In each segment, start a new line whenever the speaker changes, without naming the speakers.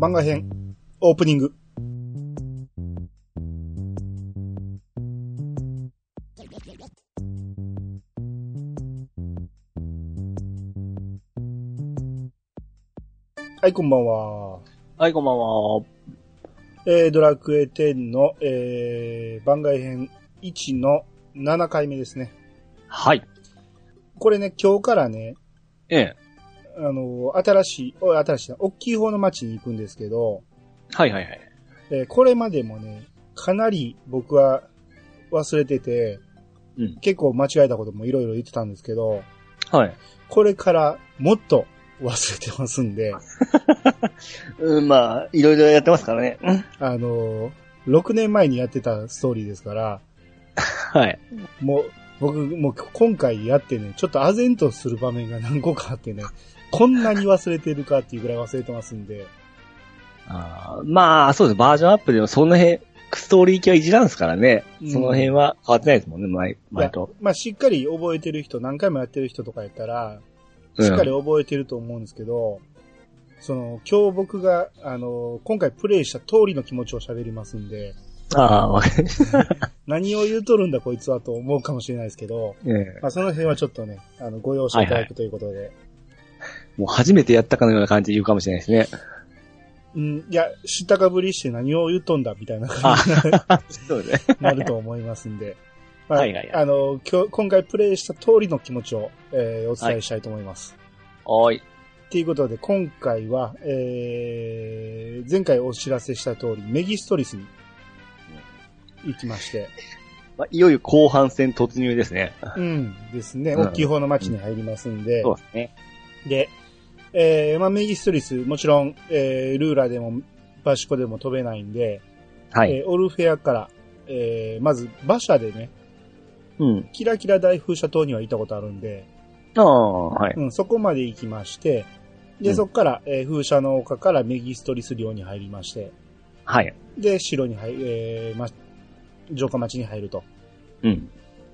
漫画編、オープニング。はい、こんばんは。
はい、こんばんは。
えー、ドラクエ10の、えー、番外編1の7回目ですね。
はい。
これね、今日からね、
ええ。
あの、新しい、お新しいな、大きい方の町に行くんですけど、
はいはいはい。
えーこれまでもね、かなり僕は忘れてて、
うん
結構間違えたこともいろいろ言ってたんですけど、
はい。
これからもっと忘れてますんで、
うん、まあ、いろいろやってますからね。うん
あのー、6年前にやってたストーリーですから、
はい。
もう、僕、もう今回やってね、ちょっと唖然とする場面が何個かあってね、こんなに忘れてるかっていうぐらい忘れてますんで、
あーまあ、そうです。バージョンアップでも、その辺、ストーリー系はいじらんすからね。
うん
その辺は変わってないですもんね、毎、
いや
毎度。
まあしっかり覚えてる人、何回もやってる人とかやったら、
うん
しっかり覚えてると思うんですけど、その、今日僕が、あの、今回プレイした通りの気持ちを喋りますん で、
ああ、わかりまし
何を言うとるんだこいつはと思うかもしれないですけど、
た。ええ
まあその辺はちょっとね、あの、ご容赦いただくということで。
もう初めてやったかのような感じで言うかもしれないですね。
うん、いや、知ったかぶりして何を言うとんだみたいな感じにな
そうね。
なると思いますんで。まあ
はいはいはい
あの、今日、今回プレイした通りの気持ちを、えーお伝えしたいと思います。
おい。
ということで、今回は、えー、前回お知らせした通り、メギストリスに行きまして、
まあ、いよいよ後半戦突入ですね。
うんですね、
うん
大きい方の街に入りますんで、
そうですね。
で、えー、まあメギストリス、もちろん、えー、ルーラでも、バシコでも飛べないんで、
はい。
えーオルフェアから、えー、まず、馬車でね、
うん。
キラキラ大風車島には行ったことあるんで、
ああ、はい。
うん、そこまで行きまして、で、
うん
そこから、えー風車の丘からメギストリス領に入りまして、
はい。
で、城に入、えー、ま、城下町に入ると。
うん。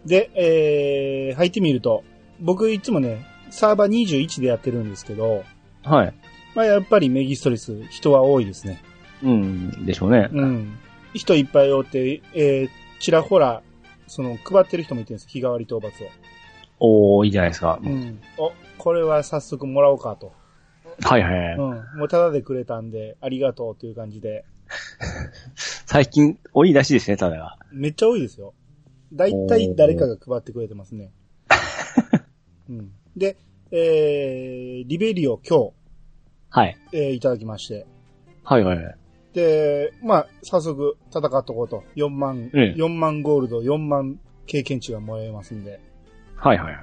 で、えー、入ってみると、僕いつもね、サーバー21でやってるんですけど、
はい。
まあやっぱりメギストリス、人は多いですね。
うん、でしょうね。
うん。人いっぱいおって、えー、ちらほら、その、配ってる人もいてるんです。日替わり討伐を。
おー、いいじゃないですか。
うん。お、これは早速もらおうかと。
はいはいはい。
うん。もうタダでくれたんで、ありがとうという感じで。
最近、多いらしいですね、ただが。
めっちゃ多いですよ。だいたい誰かが配ってくれてます ね。うん、で、えー、リベリオ今
はい。
日、えーいただきまして。
はいはいはい。
で、まあ、早速戦っとこうと。4万、
ええ
4万ゴールド、4万経験値がもらえますんで。
はいはいはい。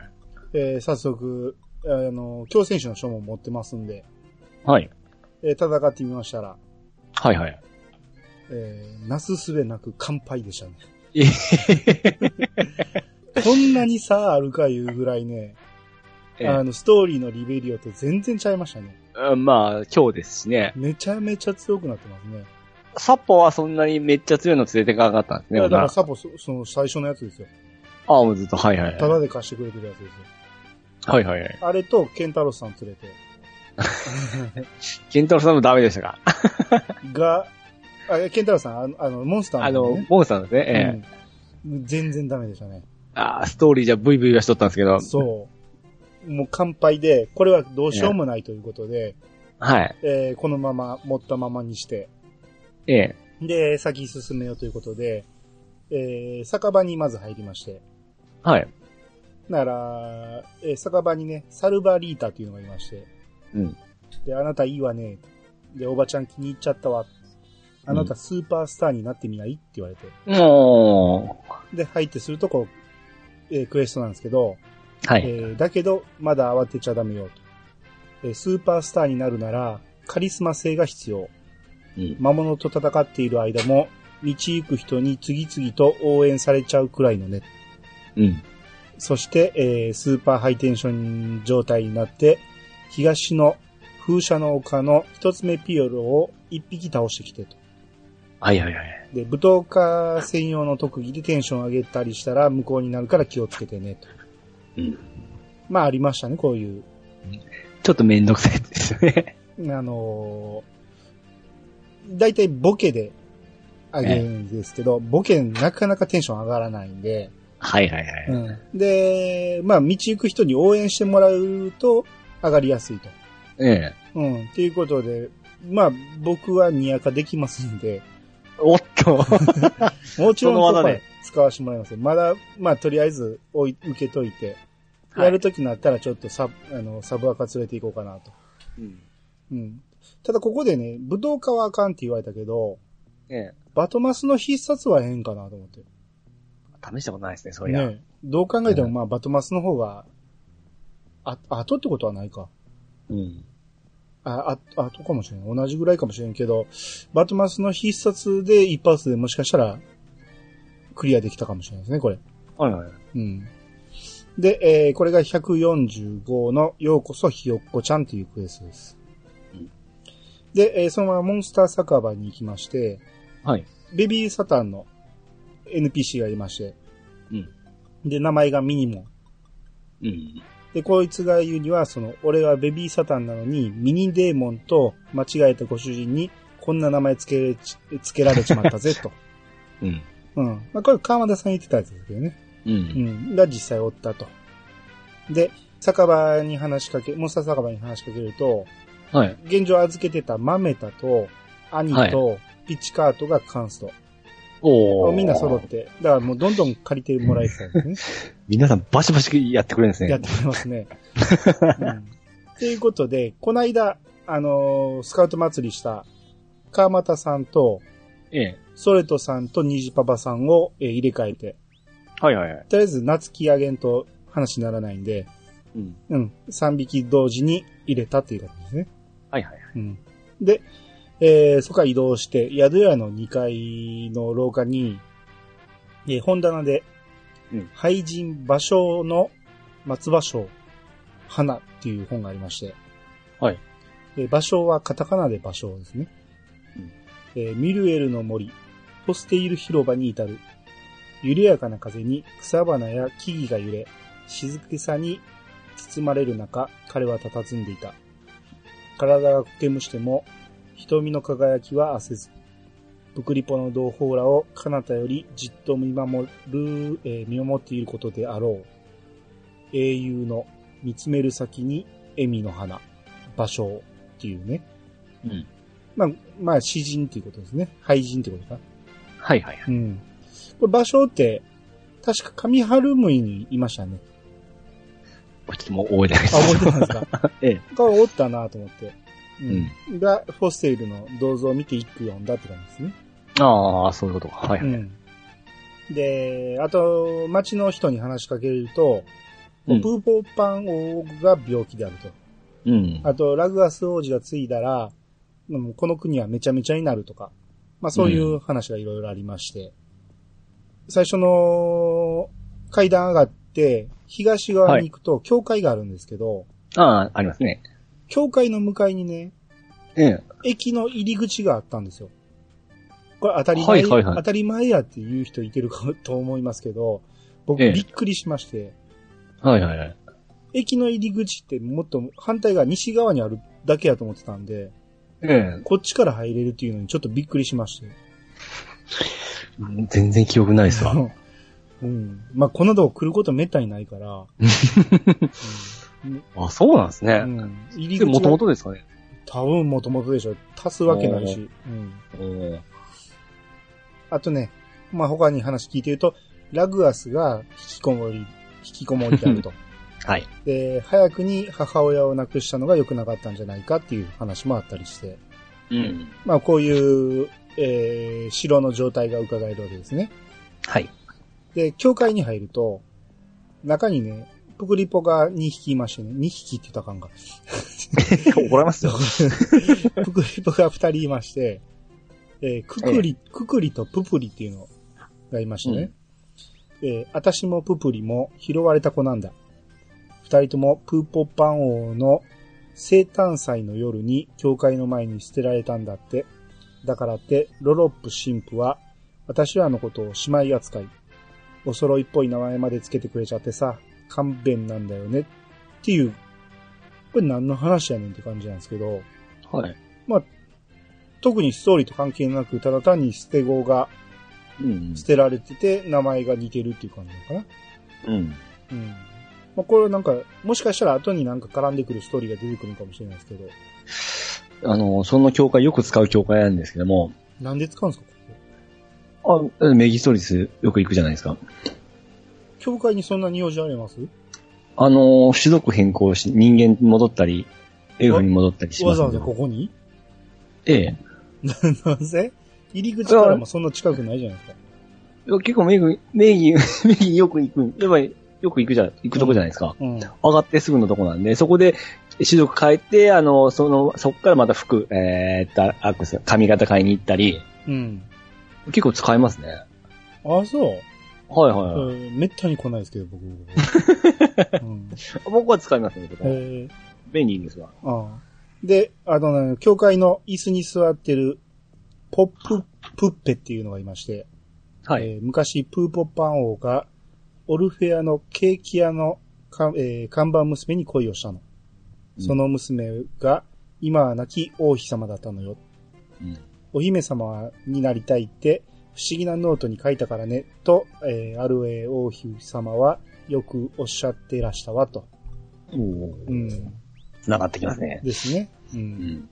えー早速、あの、今日選手の書も持ってますんで、
はい。
えー戦ってみましたら、
はいはい。
えーなすすべなく乾杯でしたね。
えへ
こんなに差あるかいうぐらいね、
え
あの、ストーリーのリベリオと全然ちゃいましたね。
うんまあ、今日ですしね。
めちゃめちゃ強くなってますね。
サッポはそんなにめっちゃ強いの連れてかなかったんです
い
ね、
や、だから
あ
サポ、そその最初のやつですよ。
あ、もうずっと、はいはい
タ
は
ダで貸してくれてるやつですよ。
い。はいはいはい。
あれと、ケンタロウさん連れて。
ケンタロウさんもダメでしたか。
が、あ、いやケンタロウさん、あの、あのモンスター
あの
ね、、
モンスターですね。ええ
うん全然ダメでしたね。
ああ、ストーリーじゃブイブイはしとったんですけど。
そう。もう乾杯で、これはどうしようもないということで、
はい。
えーこのまま、持ったままにして、
ええ。
で、先進めようということで、えー酒場にまず入りまして、
はい。
なら、えー酒場にね、サルバリータというのがいまして、
うん。
で、あなたいいわね。で、おばちゃん気に入っちゃったわ。あなたスーパースターになってみないって言われて。
も
で、入ってするとこう、えークエストなんですけど、
う、は
え
い。
ーだけど、まだ慌てちゃダメよと、えースーパースターになるなら、カリスマ性が必要。
うん
魔物と戦っている間も、道行く人に次々と応援されちゃうくらいのね。
うん。
そして、えースーパーハイテンション状態になって、東の風車の丘の一つ目ピオロを一匹倒してきてと。
はいはいはい。
で、舞踏家専用の特技でテンション上げたりしたら無効になるから気をつけてねと。
うん
まあありましたね、こういう。
ちょっとめんどくさいですよね。
あのー大体ボケで上げるんですけど、ボケなかなかテンション上がらないんで、
はいはいはい。
うん、で、まあ、道行く人に応援してもらうと上がりやすいと。
ええ。
うん、っていうことで、まあ、僕はニヤカできますん で、
おっと。
もちろん
その技
ここ
で
は使わせてもらいますよまだ、まあ、とりあえずおい受けといて、やるときになったらちょっとサブ、あの、サブアカ連れていこうかなと。
うん
うん。ただここでね、武道家はあかんって言われたけど、
ええ。
バトマスの必殺はええんかなと思って。
試したことないですね、そりゃ。
ねどう考えても、
うん
まあ、バトマスの方が、あ、後ってことはないか。
うん。
あ、あ、後かもしれん。同じぐらいかもしれんけど、バトマスの必殺で一発でもしかしたら、クリアできたかもしれないですね、これ。
はいはい。
うん。で、えーこれが145の、ようこそひよっこちゃんというクエストです。
うん
で、えーそのままモンスター酒場に行きまして、
はい。
ベビーサタンの NPC がいまして、
うん。
で、名前がミニモン。
うん。
で、こいつが言うには、その、俺はベビーサタンなのに、ミニデーモンと間違えたご主人に、こんな名前つけれち、つけられちまったぜ、と。
うん。
うん。まあ、これ川田さん言ってたやつですけどね。
う。
うんん。が実際おったと。で、酒場に話しかけ、モンスター酒場に話しかけると、
はい。
現状預けてたマメタと、兄と、ピッチカートがカンスト。
おお。
みんな揃って。だからもうどんどん借りてもらえてたんですね。
皆さんバシバシやってくれるんです
やっ
ね
て。ますね。うんということで、この間、あのースカウト祭りした、川又さんと、
ええ。
ソレトさんとニジパパさんを、えー入れ替えて、
はいはいはい。
とりあえず夏木あげんと話にならないんで、
うん。
うん、3匹同時に入れたっていう感じですね。
はいはいはい。
うん、で、えーそこから移動して、宿屋の2階の廊下に、えー本棚で、
うん
廃人芭蕉の松芭蕉花っていう本がありまして、
はい。
えー、芭蕉はカタカナで芭蕉ですね。
うん
えーミルエルの森、ポステいる広場に至る。緩やかな風に草花や木々が揺れ、静けさに包まれる中、彼は佇んでいた。体がこけむしても、瞳の輝きは焦ず。ブクリポの同胞らを彼方よりじっと見守る、えー見守っていることであろう。英雄の見つめる先に笑みの花、芭蕉っていうね。
うん。
まあ、まあ、詩人っていうことですね。俳人ってことか。
はいはいはい。
うん。これ芭蕉って、確か上春むいにいましたね。
これちょっともう覚えてないで
あ、覚え
す。
てたんですか
ええ。
がおったなと思って。う
うん。
が、フォステイルの銅像を見て一句読んだって感じですね。
ああ、そういうことか。はいは
うん。
い。
で、あと、町の人に話しかけると、
うん
プーポーパン王国が病気であると。
うん。
あと、ラグアス王子が継いだら、うんこの国はめちゃめちゃになるとか。まあそういう話がいろいろありまして。最初の階段上がって、東側に行くと教会があるんですけど、
ああ、ありますね。
教会の向かいにね、
うん。
駅の入り口があったんですよ。これ当たり前、
はいはいはい
当たり前やって言う人いてるかと思いますけど、僕
ええ
びっくりしまして、
はいはいはい。
駅の入り口ってもっと反対側西側にあるだけやと思ってたんで、
うん。
こっちから入れるっていうのにちょっとびっくりしまして。
全然記憶ないですわ。
うん。まあ、こんなとこ来ることめったにない から、
あ、そうなんです
う
ね。
んうん入り
で
口
もとも
は
とですかね。
多分もともとでしょ。足すわけないし。うん。
うん。
あとね、まあ、他に話聞いてると、ラグアスが引きこもり、引きこもりである と。
はい。
で、早くに母親を亡くしたのが良くなかったんじゃないかっていう話もあったりして、
うん。
まあ、こういう、えー、城の状態が伺えるわけですね。
はい。
で、教会に入ると、中にね、プクリポが2匹いましてね、2匹って言ったらあかんか。
怒られますよ。
プクリポが2人いまして、えーククリ、ククリとププリっていうのがいましてね、えー私もププリも拾われた子なんだ。2人ともプーポッパン王の生誕祭の夜に教会の前に捨てられたんだって。だからって、ロロップ神父は、私らのことを姉妹扱い。お揃いっぽい名前までつけてくれちゃってさ、勘弁なんだよね。っていう、これ何の話やねんって感じなんですけど、
はい。
特にストーリーと関係なく、ただ単に捨て子が
うん
捨てられてて、名前が似てるっていう感じなのかな。
うん。
うん。まあ、これはなんか、もしかしたら後になんか絡んでくるストーリーが出てくるのかもしれないですけど、
あの、その教会よく使う教会なんですけども、
なんで使うんですか、ここ。
あ、メギストリスよく行くじゃないですか。
教会にそんなに用事あります
あの、種族変更し、人間に戻ったり、エルフに戻ったりしま
わ
す
ざわ
ので。
ざここ に
ええ。
なぜ入り口からもそんな近くないじゃないですか。
いや結構名義、名 義、名義よく行く、やっぱりよく行くじゃ、行くとこじゃないですか。
うん。
上がってすぐのとこなんで、そこで、視力変えて、あの、その、そこからまた服、えーっと、アックス、髪型買いに行ったり、
うん。
結構使えますね。
あ、そう。
はいはいはい。
えーめったに来ないですけど、 僕。うん、
僕は使いますね、と
え
か。
ー
便利ですわ。
ああで、あのね、教会の椅子に座ってる、ポップ、プッペっていうのがいまして、
はい。
えー昔、プーポッパン王が、オルフェアのケーキ屋のか、えー看板娘に恋をしたの。その娘が、今は亡き王妃様だったのよ。
うん。
お姫様になりたいって、不思議なノートに書いたからね、と、えー、アルウェイ王妃様はよくおっしゃってらしたわ、と。
お
う
ー
ん。
繋がってきますね。
ですね。う。
うんん。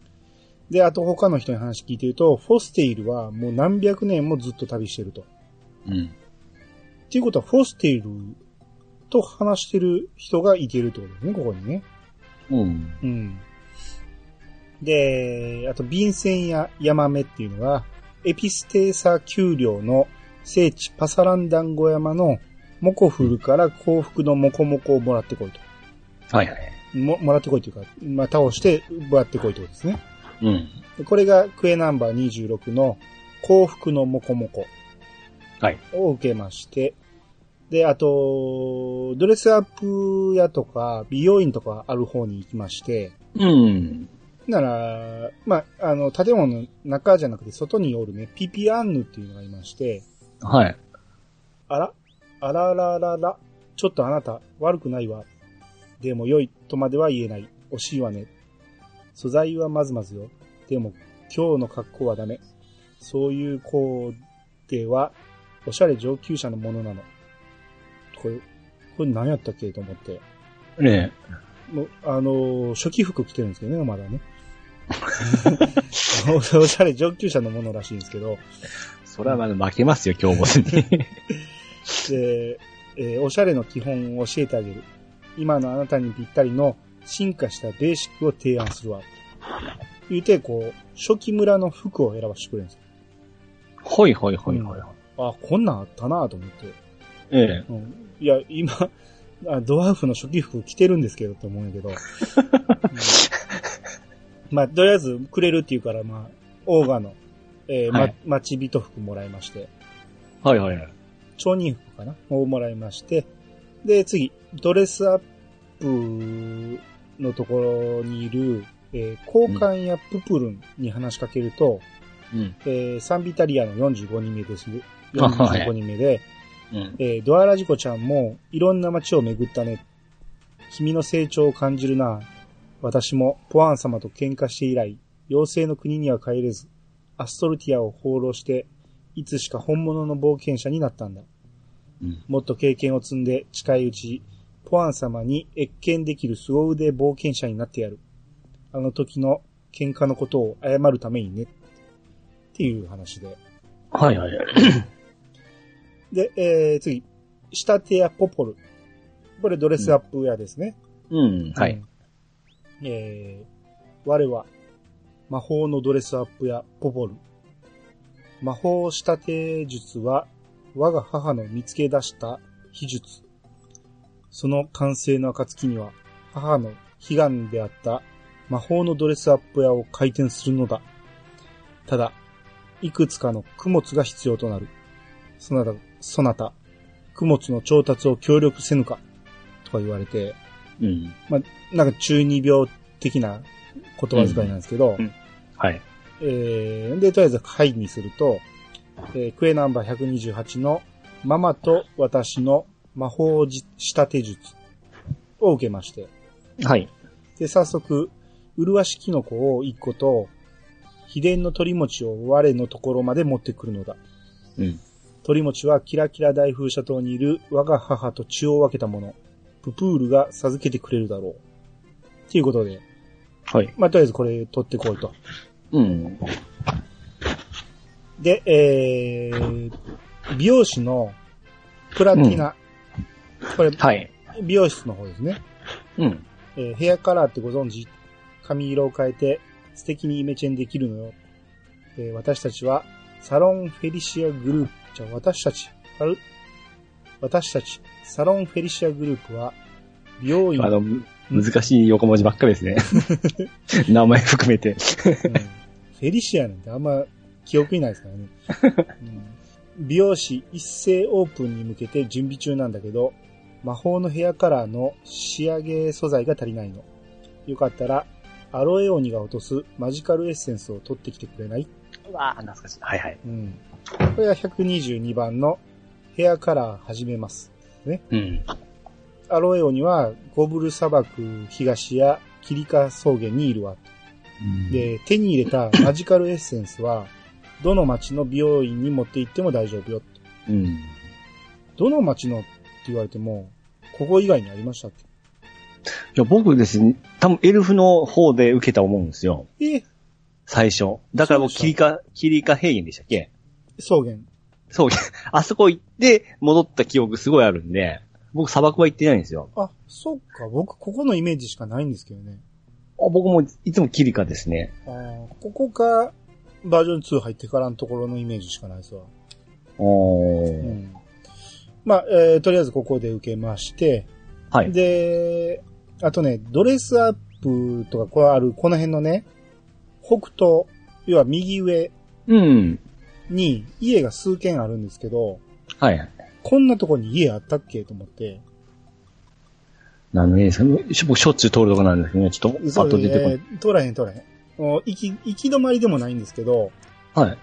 で、あと他の人に話聞いてると、フォステイルはもう何百年もずっと旅してると。っ
うん。
ていうことは、フォステイルと話してる人がいてるってことですね、ここにね。
うん。
うん。で、あと、便箋やヤマメっていうのは、エピステーサ丘陵の聖地パサランダンゴ山のモコフルから幸福のモコモコをもらってこいと。
はいはい。
も、もらってこいというか、まあ、倒してもらってこいということですね。
うん。
でこれがクエナンバー26の幸福のモコモコ
はい
を受けまして、で、あと、ドレスアップ屋とか美容院とかある方に行きまして、
うん。
なら、まあ、あの、建物の中じゃなくて外におるね、ピピアンヌっていうのがいまして、
はい。
あらあらららら、ちょっとあなた悪くないわ。でも良いとまでは言えない。惜しいわね。素材はまずまずよ。でも今日の格好はダメ。そういう子では、おしゃれ上級者のものなの。これ、これ何やったっけと思って。
ね
もう、あのー初期服着てるんですけどね、まだね。 おしゃれ上級者のものらしいんですけど、
え。それはまだ負けますよ、今日ボスに。
で、えーおしゃれの基本を教えてあげる。今のあなたにぴったりの進化したベーシックを提案するわ。言うて、こう、初期村の服を選ばしてくれるんです
ほいほいほいほい。
よ。あ、こんなんあったなと思って。
ええ。
うん、いや、今、あドワーフの初期服着てるんですけどって思うんやけど。うんまあ、とりあえずくれるっていうから、まあ、オーガの、えーま
はい
待ち人服もらいまして、
はいはいはい。
町人服かなをもらいまして、で、次、ドレスアップのところにいる、えー交換やププルンに話しかけると、
うん。
えーサンビタリアの45人目ですね。
あはい
45人目で、
うん。
えードアラジコちゃんもいろんな街を巡ったね。君の成長を感じるな。私もポアン様と喧嘩して以来、妖精の国には帰れず、アストルティアを放浪して、いつしか本物の冒険者になったんだ。
うん
もっと経験を積んで近いうち、ポアン様に越見できる凄腕冒険者になってやる。あの時の喧嘩のことを謝るためにね。っていう話で。
はいはいはい。
で、えー、次。下手やポポル。これドレスアップ屋ですね。
うん。は
う
い。
ん。えー、我は、魔法のドレスアップ屋、ポポル。魔法仕立て術は、我が母の見つけ出した秘術。その完成の暁には、母の悲願であった魔法のドレスアップ屋を開店するのだ。ただ、いくつかの供物が必要となる。そなた、そなた、供物の調達を協力せぬか、とか言われて、
うん。
なんか中二病的な言葉遣いなんですけど、
うんはい。
えー、で、とりあえず、はいにすると、えークエナンバー128の、ママと私の魔法じ仕立て術を受けまして、
はい。
で、早速、麗しきの子を1個と、秘伝の鳥餅を我のところまで持ってくるのだ。
うん。
鳥餅はキラキラ大風車島にいる我が母と血を分けたもの。ププールが授けてくれるだろう。ということで、
はい。
まあ、とりあえずこれ取ってこいと。
うん。
で、えー、美容師のプラティナ。これ、
はい。
美容室の方ですね。
うん。
えーヘアカラーってご存知髪色を変えて素敵にイメチェンできるのよ。えー私たちはサロンフェリシアグループ、じゃあ私たち、ある私たち、サロンフェリシアグループは、美容院
あの、難しい横文字ばっかりですね。 名前含めて。
うんフェリシアなんてあんま記憶にないですからね。うん美容師一斉オープンに向けて準備中なんだけど、魔法のヘアカラーの仕上げ素材が足りないの。よかったら、アロエオニが落とすマジカルエッセンスを取ってきてくれない、
わあ、懐かしい。はいはい。
うん、これが122番のヘアカラー始めます。
うん。
アロエオニはゴブル砂漠東やキリカ草原にいるわ。で、手に入れたマジカルエッセンスは、どの町の美容院に持って行っても大丈夫よ。
うん。
どの町のって言われても、ここ以外にありましたっ
いや、僕ですね、多分エルフの方で受けた思うんですよ。
けえ、
最初。だから僕、
そう
キ
で
リカ、キリカ平原でしたっけ
草原。
そう、あそこ行って戻った記憶すごいあるんで、僕砂漠は行ってないんですよ。
あ、そっか、僕ここのイメージしかないんですけどね。
あ僕もいつもキリカですね。
あーここか、バージョン2入ってからのところのイメージしかないですわ。
お
う
ー。
ん。まあ、えーとりあえずここで受けまして、
はい。
で、あとね、ドレスアップとか、こうある、この辺のね、北東、要は右上
うん。
に家が数軒あるんですけど、
はい。
こんなとこに家あったっけと思って。
なんでですかし僕しょっちゅう通るとこなんですけどね、ちょっとパッと出てこない。
えー通らへん通らへん。もう行き、行き止まりでもないんですけど、
はい。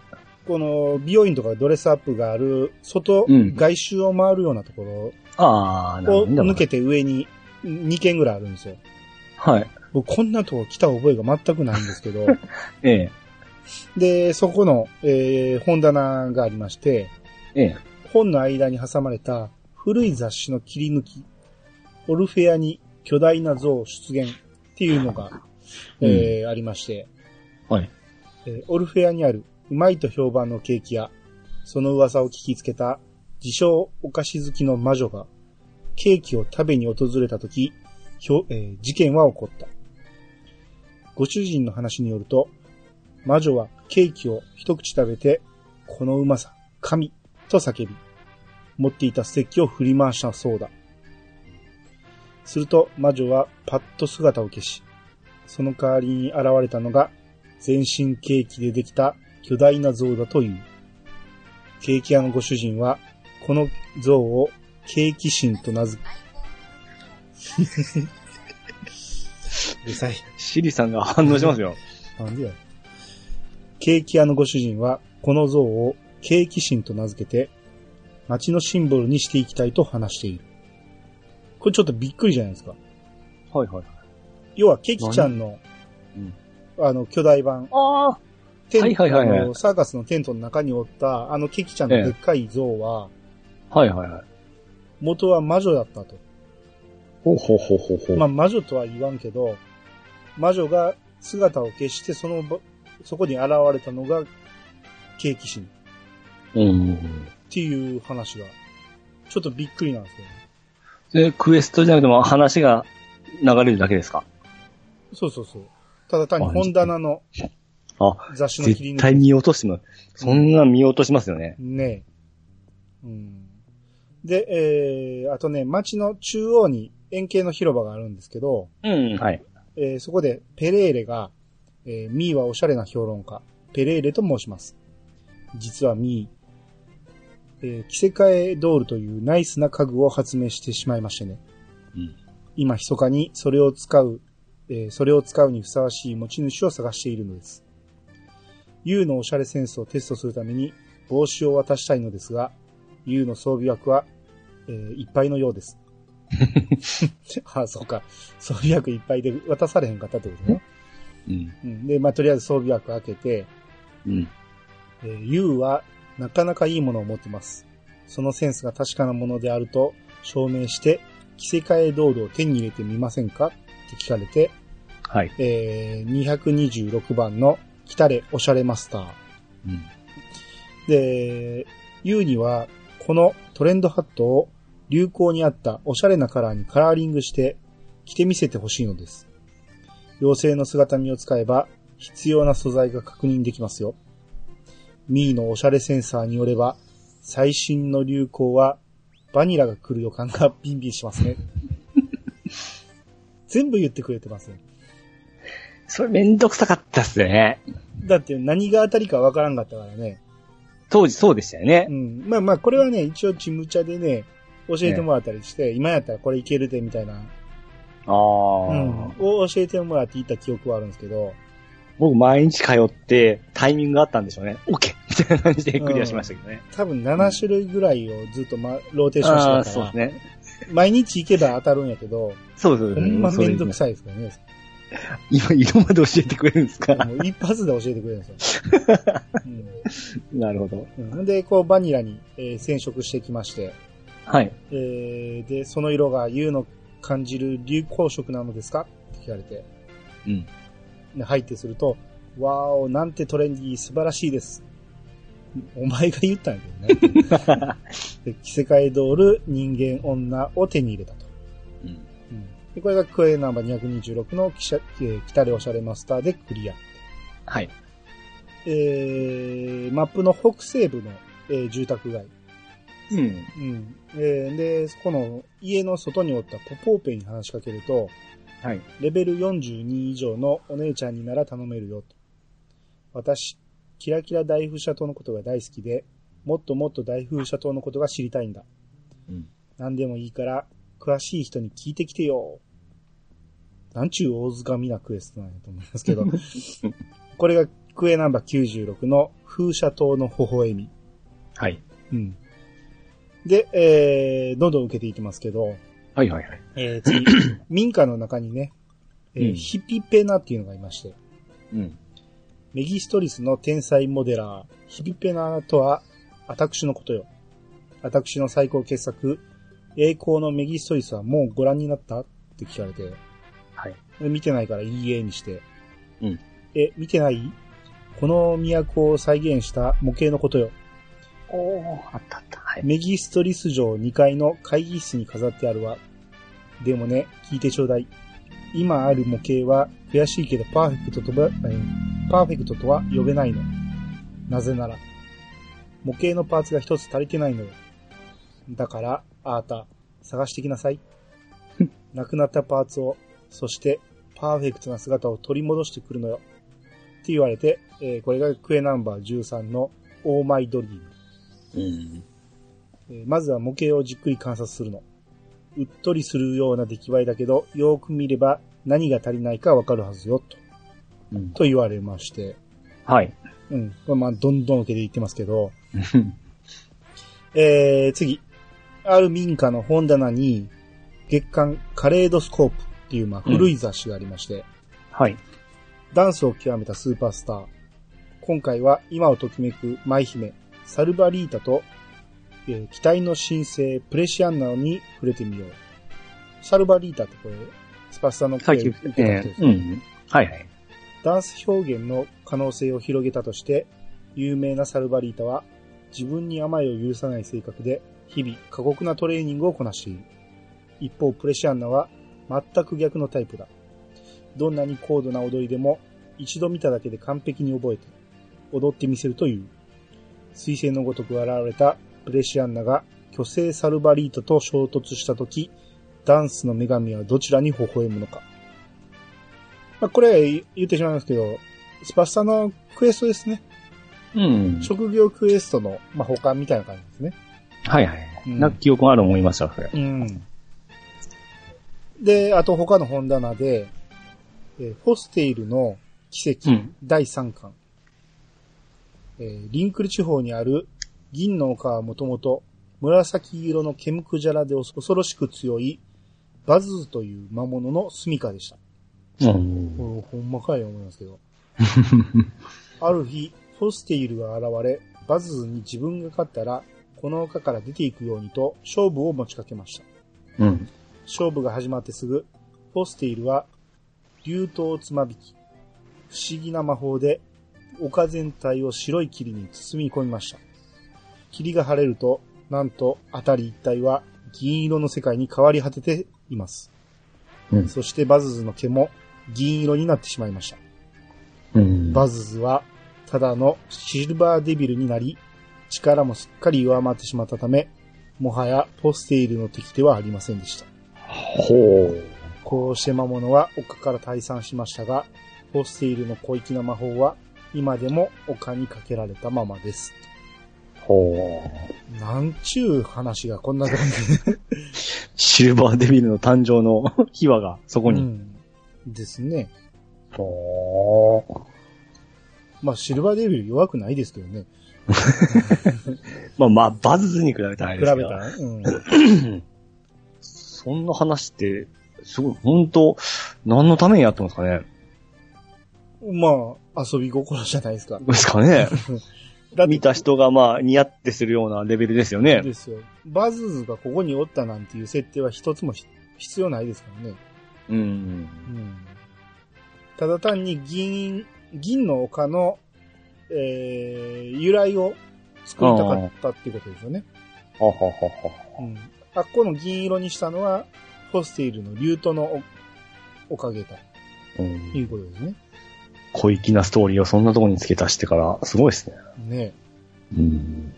この美容院とかドレスアップがある、外、
うん
外周を回るようなとこ
あー、な
ろを
るほど。
抜けて上に2軒ぐらいあるんですよ。
はい。
僕こんなとこ来た覚えが全くないんですけ ど、
ええ。
で、そこの、えー本棚がありまして、
ええ。
本の間に挟まれた古い雑誌の切り抜き、オルフェアに巨大な像出現っていうのが、
うん
えーありまして、
はい。
えーオルフェアにあるうまいと評判のケーキ屋、その噂を聞きつけた自称お菓子好きの魔女が、ケーキを食べに訪れた時、ひょえー事件は起こった。ご主人の話によると、魔女はケーキを一口食べて、このうまさ、神と叫び、持っていたステッキを振り回したそうだ。すると魔女はパッと姿を消し、その代わりに現れたのが全身ケーキでできた巨大な像だという。ケーキ屋のご主人は、この像をケーキ神と名付 け、うるさい。
シリさんが反応 しますよ。
なんでや。ケーキ屋のご主人は、この像をケーキ神と名付けて、町のシンボルにしていきたいと話している。これちょっとびっくりじゃないですか。
はいはい。
要は、ケーキちゃんの、
何
あの、巨大版、
ああ。
テン
はいはいはいはい
あのサーカスのテントの中におった、あのケーキちゃんのでっかい像は、
はいはいはい。
元は魔女だったと。
ほうほうほうほうほう。
まあ、魔女とは言わんけど、魔女が姿を消して、その場、そこに現れたのが、ケーキ神。
うん。
っていう話が、ちょっとびっくりなんですけど、ね、
で、クエストじゃなくても話が流れるだけですか
そうそうそう。ただ単に本棚の
あ、
雑誌の切り
絶対
抜き。
見落としても、そんな見落としますよね。
ねえ。うん。で、えー、あとね、街の中央に円形の広場があるんですけど、
うん。はい。
えーそこでペレーレが、えーミーはおしゃれな評論家、ペレーレと申します。実はミー、えー着せ替えドールというナイスな家具を発明してしまいましてね。
うん
今、密かにそれを使う、えーそれを使うにふさわしい持ち主を探しているのです。ユウのおしゃれセンスをテストするために帽子を渡したいのですが、ユウの装備枠は、えーいっぱいのよう です。 ああ、そうか。装備枠いっぱいで渡されへんかったってことね。
うん。
うん、で、まあ、とりあえず装備枠開けて、
うん。
えー、ユウはなかなかいいものを持ってます。そのセンスが確かなものであると証明して、着せ替え道具を手に入れてみませんかって聞かれて、
はい。
えー226番の来たれおしゃれマスター。
うん。
で、ユウにはこのトレンドハットを流行に合ったおしゃれなカラーにカラーリングして着てみせてほしいのです。妖精の姿見を使えば必要な素材が確認できますよ。ミーのおしゃれセンサーによれば最新の流行はバニラが来る予感がビンビンしますね。全部言ってくれてますね。
それめんどくさかったっすね。
だって何が当たりかわからんかったからね。
当時そうでしたよね
う。ん。まあまあ、これはね、一応チムチャでね、教えてもらったりして、今やったらこれいけるで、みたいな、
ああ、
うん。を教えてもらっていた記憶はあるんですけど、
僕毎日通ってタイミングがあったんでしょうね。OK! みたいな感じでクリアしましたけどね。
多分7種類ぐらいをずっと、ま、ローテーションして
ああ、
たか
そう
ら、
ですね。
毎日行けば当たるんやけど、
そうそう
ほ
そう。
んま
それ
めんどくさいですからね。
今、色まで教えてくれるんですか
もう一発で教えてくれるんですよ。
なるほど。
うんうん、で、こう、バニラに、えー染色してきまして、
はい。
えーで、その色が U の感じる流行色なのですかって聞かれて、
うん。
で入ってすると、わーお、なんてトレンディー、素晴らしいです。お前が言ったんやけどね。で着せ替えドール、人間女を手に入れたと。
うん
うんでこれがクエナンバー226のきしゃ、えー、来たれおしゃれマスターでクリア。
はい。
えー、マップの北西部の、えー住宅街。
うん。
うん。えーで、この家の外におったポポーペに話しかけると、
はい。
レベル42以上のお姉ちゃんになら頼めるよと。私、キラキラ大風車島のことが大好きで、もっともっと大風車島のことが知りたいんだ。
うん
何でもいいから、詳しい人に聞いてきてよ。なんちゅう大掴みなクエストなんやと思いますけど。 これがクエナンバー96の風車島の微笑み。
はい。
うん。で、えー、どんどん受けていきますけど、
はいはいはい。
えー次、 民家の中にね、えー
うん
ヒピペナっていうのがいまして、
うん。
メギストリスの天才モデラー、ヒピペナとは、私のことよ。私の最高傑作、栄光のメギストリスはもうご覧になったって聞かれて、
はい。
で見てないからいいえにして、
うん
え、見てないこの都を再現した模型のことよ。
おおあったあった。はい。
メギストリス城2階の会議室に飾ってあるわ。でもね、聞いてちょうだい。今ある模型は悔しいけどパーフェクトとば、えーパーフェクトとは呼べないの。なぜなら、模型のパーツが一つ足りてないのよ。だから、あーた、探してきなさい。 なくなったパーツを、そして、パーフェクトな姿を取り戻してくるのよ。って言われて、えーこれがクエナンバー13のオーマイドリーム。
うん。
えーまずは模型をじっくり観察するの。うっとりするような出来栄えだけど、よーく見れば何が足りないかわかるはずよ、と、
うん
と言われまして。
はい。
うん。まあまあ、どんどん受けていってますけど。えー、次。ある民家の本棚に、月刊カレードスコープっていう、まあ、
うん
古い雑誌がありまして、
はい。
ダンスを極めたスーパースター。今回は今をときめく舞姫、サルバリータと、えー期待の新星、プレシアンナに触れてみよう。サルバリータってこれ、スパスタの
さっ
声を
き
受けた人です、
うん。はいはい。
ダンス表現の可能性を広げたとして、有名なサルバリータは、自分に甘えを許さない性格で、日々過酷なトレーニングをこなしている。一方、プレシアンナは、全く逆のタイプだ。どんなに高度な踊りでも、一度見ただけで完璧に覚えて、踊ってみせるという。彗星のごとく現れたプレシアンナが、虚勢サルバリータと衝突したとき、ダンスの女神はどちらに微笑むのか。まあ、これ言ってしまいますけど、スパスタのクエストですね。
うん。
職業クエストの、まあ、保管みたいな感じですね。
はいはい。
うん
なんか記憶がある思いました、それ。
うん。で、あと他の本棚で、えーホステイルの奇跡
うん
第3巻。えーリンクル地方にある銀の丘はもともと紫色のケムクジャラで恐ろしく強いバズーという魔物の住処でした。
うん。
これほんまかい思いますけど。ある日、ホステイルが現れ、バズーに自分が勝ったら、この丘から出ていくようにと勝負を持ちかけました。
うん。
勝負が始まってすぐ、ホステイルは、竜頭つまびき、不思議な魔法で、丘全体を白い霧に包み込みました。霧が晴れると、なんと、辺り一帯は銀色の世界に変わり果てています。
うん
そしてバズズの毛も銀色になってしまいました。
うん。
バズズは、ただのシルバーデビルになり、力もすっかり弱まってしまったため、もはやポステイルの敵ではありませんでした。
ほう。
こうして魔物は丘から退散しましたが、ポステイルの小粋な魔法は今でも丘にかけられたままです。
ほう。
なんちゅう話がこんな感じ
シルバーデビルの誕生の 秘話がそこ
う
に。
んですね。
ほう。
まあ、シルバーデビル弱くないですけどね。
まあまあ、バズに比べたらあれ
比べ
です
た
けど
ら。うん。
そんな話って、すごい、本当何のためにやったんですかね
まあ、遊び心じゃないですか。
ですか ね
だって
見た人がまあ、ニヤってするようなレベルですよね。
ですよ。バズズがここにおったなんていう設定は一つもひ必要ないですからね。
うん。
うん。ただ単に銀、銀の丘の、えー、由来を作りたかったっていうことですよね。
はははは。
うん。あっこの銀色にしたのは、ホステイルの竜斗のおおかげと
うん
いうことですね。
小粋なストーリーをそんなとこに付け足してから、すごいですね。
ね
うん。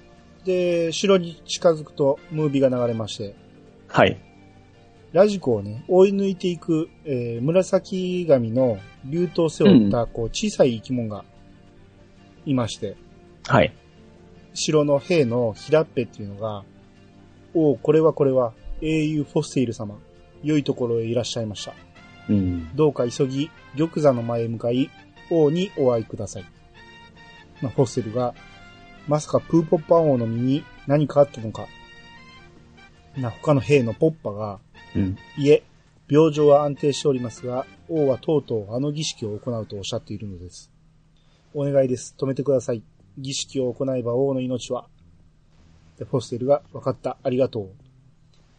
で、城に近づくとムービーが流れまして、
はい。
ラジコをね、追い抜いていく、えー、紫髪の竜頭を背負った、こう、小さい生き物がいまして、
はい。
城の兵の平っぺっていうのが、おお、これはこれは、英雄フォステイル様、良いところへいらっしゃいました。
うん。
どうか急ぎ、玉座の前へ向かい、王にお会いください。まあ、フォステイルが、まさかプーポッパ王の身に何かあったのか。な、他の兵のポッパが、
うん。
いえ、病状は安定しておりますが、王はとうとうあの儀式を行うとおっしゃっているのです。お願いです。止めてください。儀式を行えば王の命は。で、フォステルが、わかった。ありがとう。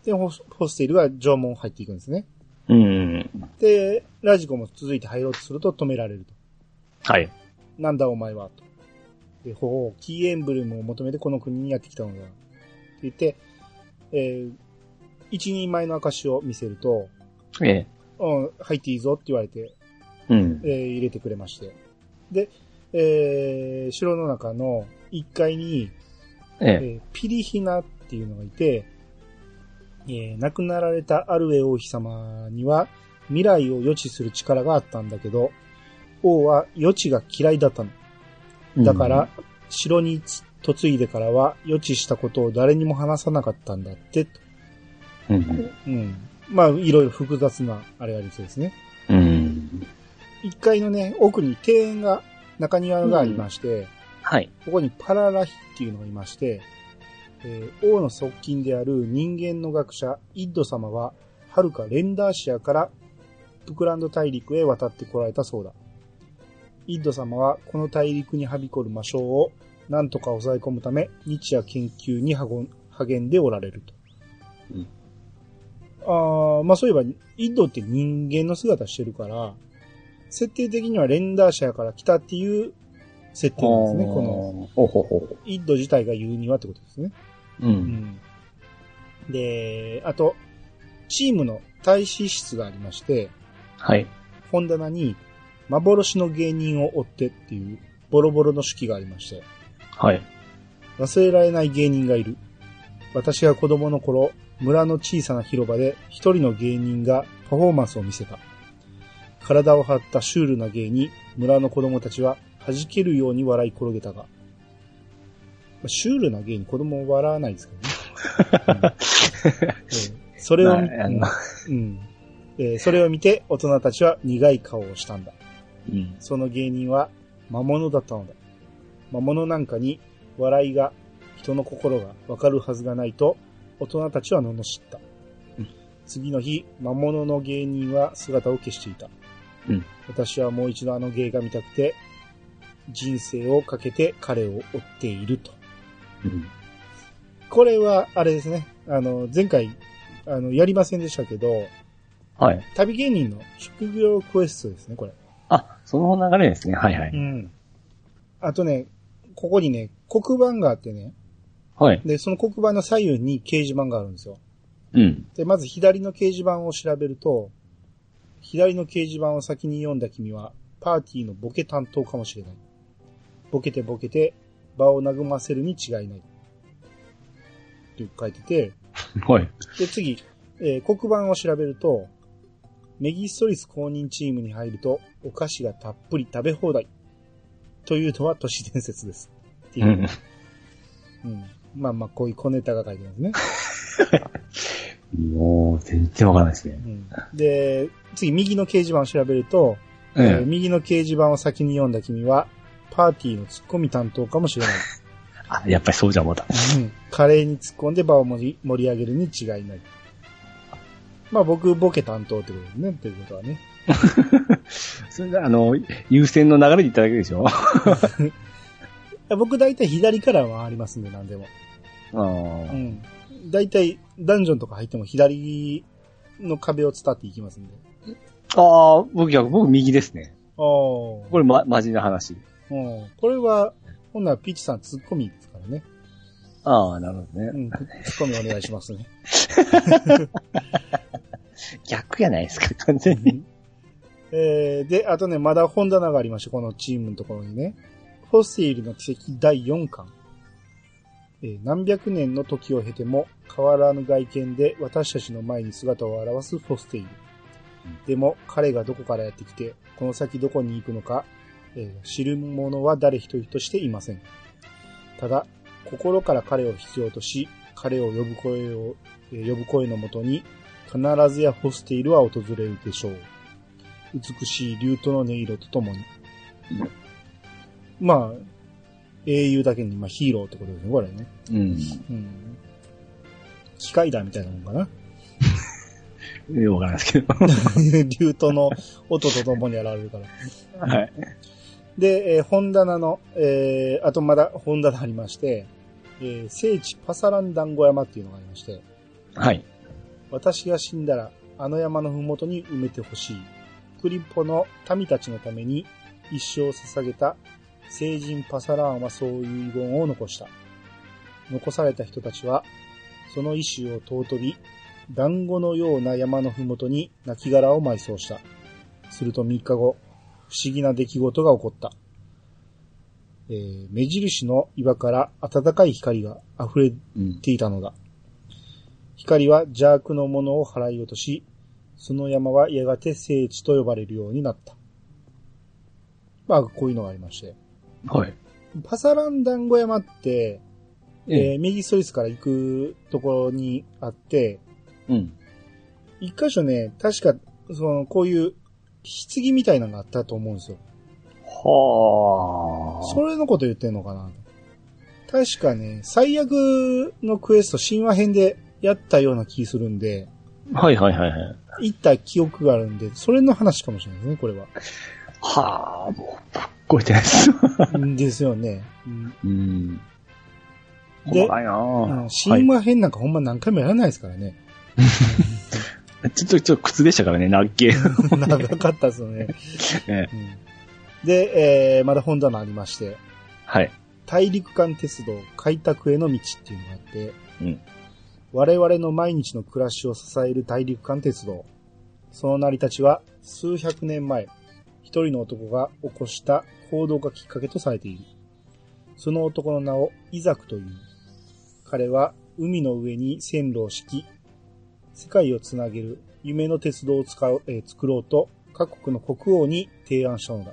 で、フォスフォステルが縄文入っていくんですね。
うん。
で、ラジコも続いて入ろうとすると止められると。
はい。
なんだお前はと。で、ほう、キーエンブレムを求めてこの国にやってきたのだ。って言って、えー一人前の証を見せると、
ええ。
うん、入っていいぞって言われて、
うん
え。ー入れてくれまして。で、えー城の中の1階に、
え
え
え。
ーピリヒナっていうのがいて、えー亡くなられたアルエ王妃様には未来を予知する力があったんだけど、王は予知が嫌いだったの。だから、城に嫁いでからは予知したことを誰にも話さなかったんだって。
うん、うん。
うん。まあ、いろいろ複雑なあれがありそうですね。
うん。
一階のね、奥に庭園が、中庭がありまして、
はい。
ここにパララヒっていうのがいまして、えー王の側近である人間の学者、イッド様は、はるかレンダーシアから、プクランド大陸へ渡ってこられたそうだ。イッド様は、この大陸にはびこる魔性を、なんとか抑え込むため、日夜研究に励ん励んでおられると。
うん
あーまあそういえば、イッドって人間の姿してるから、設定的にはレンダーシアから来たっていう設定なんですね、この。
おほほ。
インド自体が言うにはってことですね。
う。
うんん。で、あと、チームの大使室がありまして、
はい。
本棚に幻の芸人を追ってっていうボロボロの手記がありまして、
はい。
忘れられない芸人がいる。私が子供の頃、村の小さな広場で一人の芸人がパフォーマンスを見せた。体を張ったシュールな芸に村の子供たちは弾けるように笑い転げたが。まあシュールな芸に子供は笑わないですけどね。うんえーそれを見、
まああの
うんうんえーそれを見て大人たちは苦い顔をしたんだ。
うん。
その芸人は魔物だったのだ。魔物なんかに笑いが、人の心がわかるはずがないと、大人たちは罵った
うん。
次の日、魔物の芸人は姿を消していた。
うん
私はもう一度あの芸が見たくて、人生をかけて彼を追っていると。
うん。
これは、あれですね。あの、前回、あの、やりませんでしたけど、
はい。
旅芸人の職業クエストですね、これ。
あ、その流れですね。はいは
う
い。
ん。あとね、ここにね、黒板があってね、
はい。
で、その黒板の左右に掲示板があるんですよ。
うん。
で、まず左の掲示板を調べると、左の掲示板を先に読んだ君は、パーティーのボケ担当かもしれない。ボケてボケて、場を和ませるに違いない。って書いてて、
はい。
で、次、えー黒板を調べると、メギストリス公認チームに入ると、お菓子がたっぷり食べ放題。というのは都市伝説です。っていうう。
ん。
うん。まあまあ、こういう小ネタが書いてますね。
もう、全然わからないですね
う。ん。で、次、右の掲示板を調べると、
え
えー
え。
右の掲示板を先に読んだ君は、パーティーの突っ込み担当かもしれない。
あ、やっぱりそうじゃん、また。
うんカレーに突っ込んで場を盛り盛り上げるに違いない。まあ僕、ボケ担当ってことですね、ということはね。
それで、あの、優先の流れでいただけでしょ あ
僕大体左から回りますんで、何でも。う
あ。
ん。大体、ダンジョンとか入っても左の壁を伝っていきますんで。
ああ、僕逆、僕右ですね。
ああ。こ
これ、ま、マジな話。
うん。これは、ほんならピッチさん突っ込みですからね。
ああ、なるほどね
う。ん。突っ込みお願いしますね。
逆やないですか、 完全に。
えー、で、あとね、まだ本棚がありまして、このチームのところにね。フォスティールの奇跡第4巻。えー何百年の時を経ても変わらぬ外見で私たちの前に姿を現すフォスティール。でも彼がどこからやってきて、この先どこに行くのか、えー知る者は誰一人としていません。ただ、心から彼を必要とし、彼を呼ぶ声を、えー呼ぶ声のもとに、必ずやフォスティールは訪れるでしょう。美しい竜との音色とともに。まあ、英雄だけに、まあ、ヒーローってことですね、これね。
うん。
うん。機械だみたいなもんかな。
よくわからないですけど。
竜との音とともに現れるから。
はい。
で、えー本棚の、えー、あとまだ本棚ありまして、えー聖地パサラン団子山っていうのがありまして、
はい。
私が死んだら、あの山のふもとに埋めてほしい。クリッポの民たちのために一生を捧げた聖人パサラーンはそういう遺言を残した。残された人たちは、その意志を尊び、団子のような山のふもとに亡骸を埋葬した。すると3日後、不思議な出来事が起こった。えー目印の岩から暖かい光が溢れ
うん
っ。ていたのだ。光は邪悪のものを払い落とし、その山はやがて聖地と呼ばれるようになった。まあ、こういうのがありまして。
はい。
パサラン団子山って、え
ええ。
ー右ストリスから行くところにあって、
うん。
一箇所ね、確か、その、こういう、棺みたいなのがあったと思うんですよ。
は
それのこと言ってんのかな確かね、最悪のクエスト、神話編でやったような気するんで、
あ。はいはいはいはい。
行った記憶があるんで、それの話かもしれないですね、こ れは。
はあ、もう、ぶっこいてないです。
ですよね。うん
うん。
で
細かいなぁ。
神話編なんかほんま何回もやらないですから ね。
はいちょっと、ちょっと靴でしたからね、なっけ。
長かったですよね。
ええ
うんで、えーまだ本棚ありまして、
はい。
大陸間鉄道開拓への道っていうのがあって、
うん
我々の毎日の暮らしを支える大陸間鉄道。その成り立ちは数百年前、一人の男が起こした行動がきっかけとされている。その男の名をイザクという。彼は海の上に線路を敷き、世界をつなげる夢の鉄道を使う、えー作ろうと各国の国王に提案したのだ。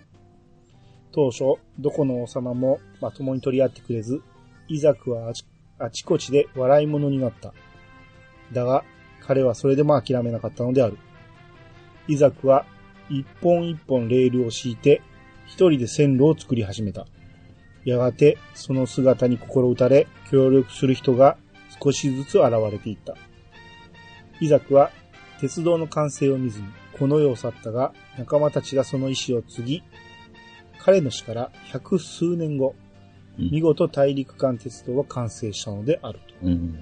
当初、どこの王様もまともに取り合ってくれず、イザクはあちあちこちで笑い者になった。だが、彼はそれでも諦めなかったのである。イザクは一本一本レールを敷いて、一人で線路を作り始めた。やがて、その姿に心打たれ、協力する人が少しずつ現れていった。イザクは鉄道の完成を見ずに、この世を去ったが、仲間たちがその意志を継ぎ、彼の死から百数年後、
うん
見事大陸間鉄道は完成したのであると。
うん。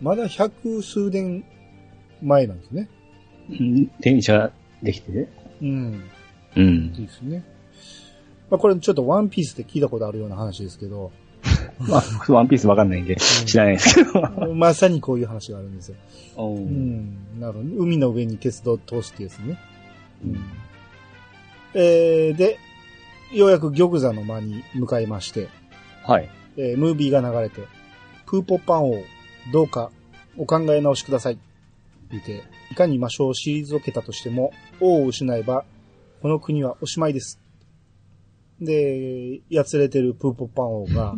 まだ百数年前なんですね。
うん電車できてね。
うん。
うん。
いいですね。まあこれちょっとワンピースで聞いたことあるような話ですけど、
まあ、僕ワンピースわかんないんで、知らないですけど。
まさにこういう話があるんですよ。
う。
うんん。なるほど。海の上に鉄道を通してですね。うん。えー、で、ようやく玉座の間に向かいまして、
はい。
えームービーが流れて、プーポッパン王、どうかお考え直しください。見て、いかに魔性を退けたとしても、王を失えば、この国はおしまいです。で、やつれてるプーポッパン王が、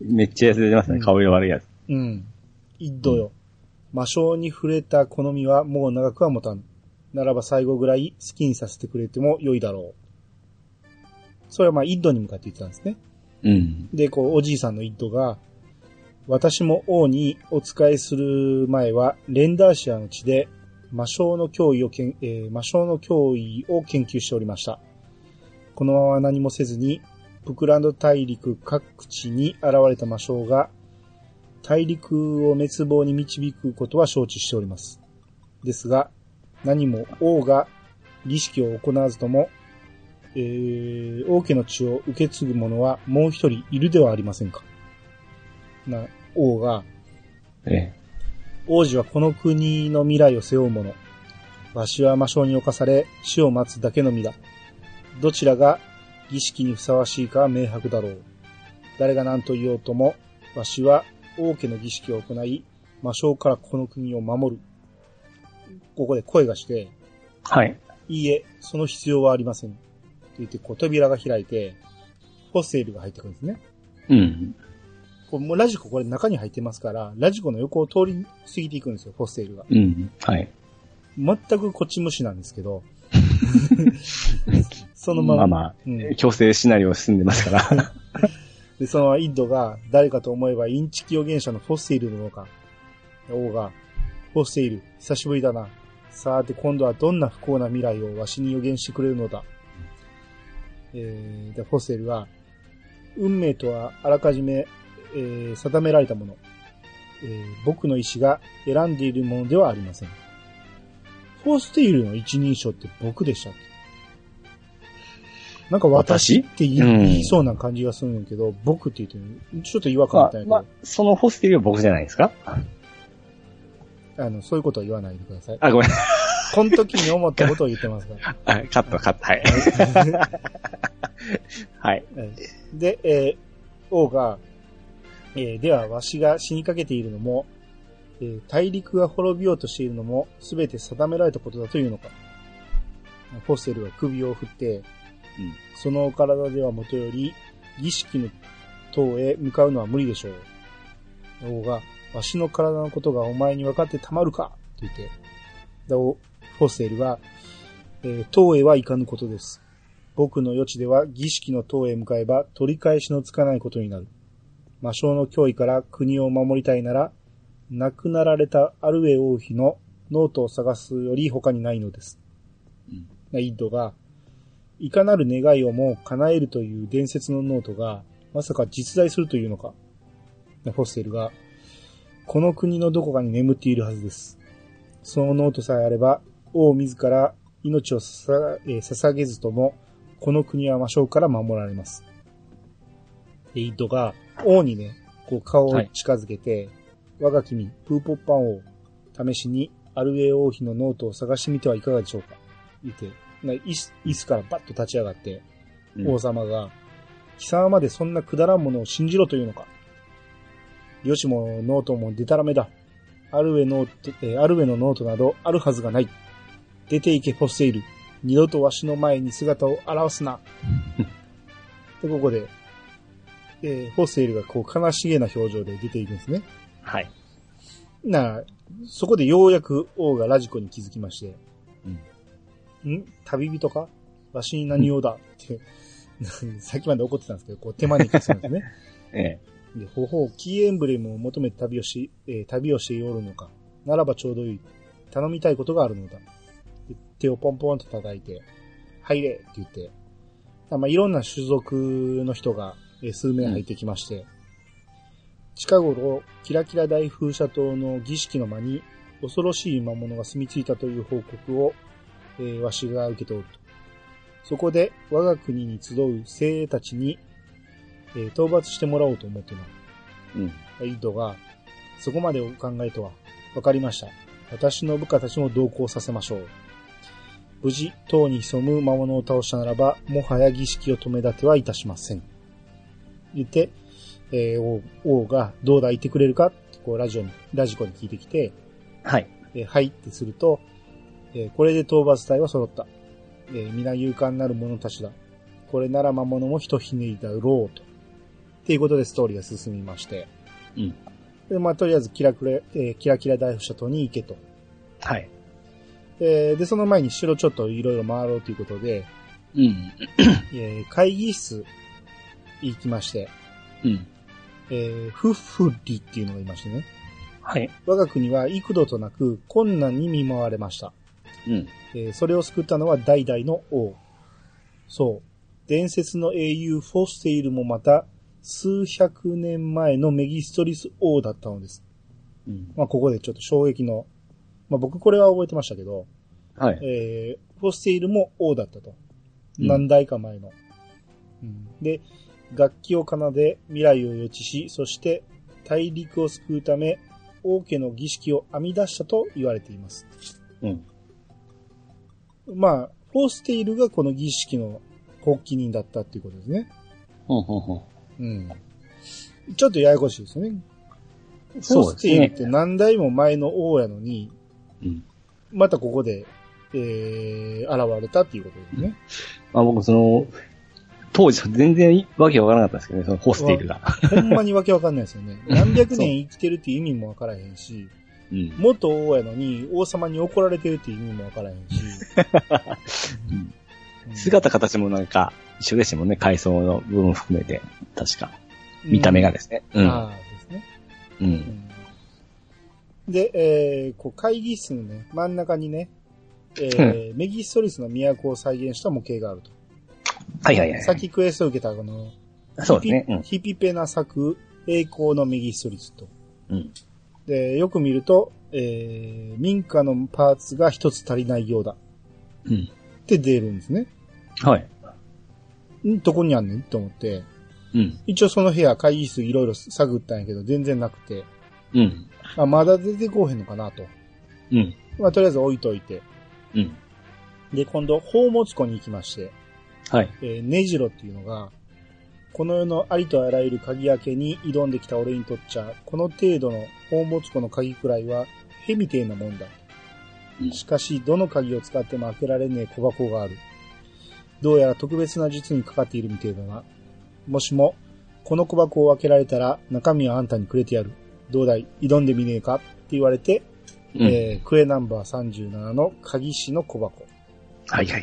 めっちゃ痩せてますね。顔色悪いやつ。
うん。一度よ。魔性に触れた好みはもう長くは持たん。ならば最後ぐらい好きにさせてくれても良いだろう。それはまあ、イッドに向かって言ってたんですね。
うん。
で、こう、おじいさんのイッドが、私も王にお仕えする前は、レンダーシアの地で魔性の脅威をけん、えー魔性の脅威を研究しておりました。このまま何もせずに、プクランド大陸各地に現れた魔性が、大陸を滅亡に導くことは承知しております。ですが、何も王が儀式を行わずとも、えー王家の血を受け継ぐ者はもう一人いるではありませんか。な、王が、
え
王子はこの国の未来を背負う者。わしは魔性に侵され、死を待つだけの身だ。どちらが儀式にふさわしいかは明白だろう。誰が何と言おうとも、わしは王家の儀式を行い、魔性からこの国を守る。ここで声がして、
はい。
いいえ、その必要はありません。と言って、こう、扉が開いて、ホセールが入ってくるんですね。
うん。
こう、もうラジコこれ中に入ってますから、ラジコの横を通り過ぎていくんですよ、ホセールが。
うん。はい。
全くこっち無視なんですけど、そ
そ
のまま、
まあ
うん
まあ、強制シナリオ進んでますから。
で、そのままイッドが、誰かと思えばインチキ予言者のフォッセイルのものか。王が、フォッセイル、久しぶりだな。さて、今度はどんな不幸な未来をわしに予言してくれるのだ。えー、で、フォッセイルは、運命とはあらかじめ、えー定められたもの。えー僕の意志が選んでいるものではありません。フォーステイルの一人称って僕でしたっけなんか私っ
私
て言い,、
うん
そうな感じがするんやけど、僕って言ってるちょっと違和感あ
ま
ったん
あ
や、けど、
まあ、そのホステルは僕じゃないですか
あ、の、そういうことは言わないでください。
あ、ごめん。
この時に思ったことを言ってます から。
あカット、カット。はい。はい。
で、えー王が、えーでは、わしが死にかけているのも、えー大陸が滅びようとしているのも、すべて定められたことだというのか。フォッセルは首を振って、そのお体ではもとより、儀式の塔へ向かうのは無理でしょう。王が、わしの体のことがお前に分かってたまるかと言って、でおフォッセルは、えー塔へは行かぬことです。僕の余地では儀式の塔へ向かえば取り返しのつかないことになる。魔性の脅威から国を守りたいなら、亡くなられたアルウェイ王妃のノートを探すより他にないのです。
うん
なイッドが、いかなる願いをも叶えるという伝説のノートが、まさか実在するというのか。なフォッセルが、この国のどこかに眠っているはずです。そのノートさえあれば、王自ら命をささえー捧げずとも、この国は魔性から守られます。で、イッドが、王にね、こう顔を近づけて、我が君、プーポッパン王、試しに、アルウェイ王妃のノートを探してみてはいかがでしょうか。言って、な椅子椅子からバッと立ち上がって、
うん
王様が、貴様までそんなくだらんものを信じろというのか。よしもノートもデタラメだ。アルウェノート、えーアルウェのノートなどあるはずがない。出て行け、フォッセイル。二度とわしの前に姿を現 すな。で、ここで、えーフォッセイルがこう悲しげな表情で出ていくんですね。
はい。
なあ、そこでようやく王がラジコに気づきまして、ん旅人かわしに何用だって、 さっきまで怒ってたんですけど、こう手招きするんですね。
え
で、ほほう、キーエンブレムを求めて旅をし、えー旅をしておるのか。ならばちょうどいい。頼みたいことがあるのだ。で手をポンポンと叩いて、入れって言って、まあ、いろんな種族の人がえー数名入ってきまして、近頃、キラキラ大風車島の儀式の間に恐ろしい魔物が住み着いたという報告を、えーわしが受けておると。そこで、我が国に集う精鋭たちに、えー討伐してもらおうと思ってな。
うん。
イドが、そこまでお考えとは、わかりました。私の部下たちも同行させましょう。無事、塔に潜む魔物を倒したならば、もはや儀式を止め立てはいたしません。言って、えー王王が、どうだいてくれるかってこう、ラジオに、ラジコに聞いてきて、
はい。
えーはいってすると、えーこれで討伐隊は揃った。えー皆勇敢なる者たちだ。これなら魔物もひとひねりだろうと。っていうことでストーリーが進みまして。
うん。
で、まあ、とりあえず、キラクラ、えーキラキラ大富社島に行けと。
はい。
えーで、その前に城ちょっといろいろ回ろうということで、
うん。
えー会議室行きまして、
うん。
えーフッフリっていうのがいましてね。
はい。
我が国は幾度となく困難に見舞われました。
うん。
えーそれを救ったのは代々の王。そう。伝説の英雄フォステイルもまた、数百年前のメギストリス王だったのです。
うん。
まあ、ここでちょっと衝撃の、まあ、僕これは覚えてましたけど、
はい。
えーフォステイルも王だったと。
うん
何代か前の。うんで、楽器を奏で未来を予知し、そして大陸を救うため、王家の儀式を編み出したと言われています。
うん。
まあ、フォーステイルがこの儀式の発起人だったっていうことですね。
ほんほんほん。
うん。ちょっとややこしいですよね。フォ
そ
ー
うで
ス
す
テイルっ
ね。
て何代も前の王やのに、
うん。
またここで、えー、現れたっていうことですね。
まあ僕その、当時全然わけわからなかったんですけどね、そのホステイルが。
ほんまにわけわかんないです よね。何百年生きてるっていう意味もわからへんし、
うん。
元王やのに王様に怒られてるっていう意味もわからへんし。
うん
うん
姿形もなんか一緒でしたもんね、階層の部分含めて。確か。見た目が。ですね。
う
うんん。
ああ、そうですね。
う。
うんんで、えーこう会議室のね、真ん中にね、えーメギストリスの都を再現した模型があると。
はいはいはい。
さっきクエストを受けたこの、
そうですね。
ヒピペな作、栄光のメギストリスと。
うん。うん。
で、よく見ると、えー民家のパーツが一つ足りないようだ。
うん。
って出るんですね。
はい。
んどこにあんねんと思って。
うん。
一応その部屋、会議室いろいろ探ったんやけど、全然なくて。
うん。
あ、まだ出てこうへんのかなと。
うん。
まあ、とりあえず置いといて。
うん。
で、今度、宝物庫に行きまして、
はい。
えー、ネジロっていうのが、この世のありとあらゆる鍵開けに挑んできた俺にとっちゃ、この程度の宝物庫の鍵くらいは、へみてえなもんだ
う。ん
しかし、どの鍵を使っても開けられねえ小箱がある。どうやら特別な術にかかっているみてえだな。もしも、この小箱を開けられたら、中身はあんたにくれてやる。どうだい挑んでみねえかって言われて、
うん。はい
えークエナンバー37の鍵師の小箱。
はいはい。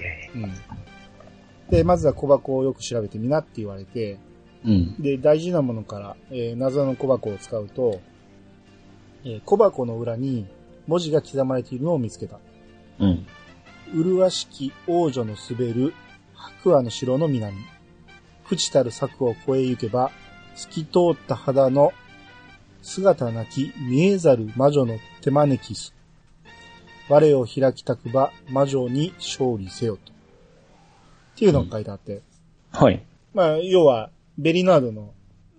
で、まずは小箱をよく調べてみなって言われて、
うん。
で、大事なものから、えー謎の小箱を使うと、えー小箱の裏に文字が刻まれているのを見つけた。
うん。
麗しき王女の滑る白亜の城の南。朽ちたる策を越え行けば、透き通った肌の姿なき見えざる魔女の手招きす。我を開きたくば魔女に勝利せよと。っていうのが書いてあって。
はい。
まあ、要は、ベリナードの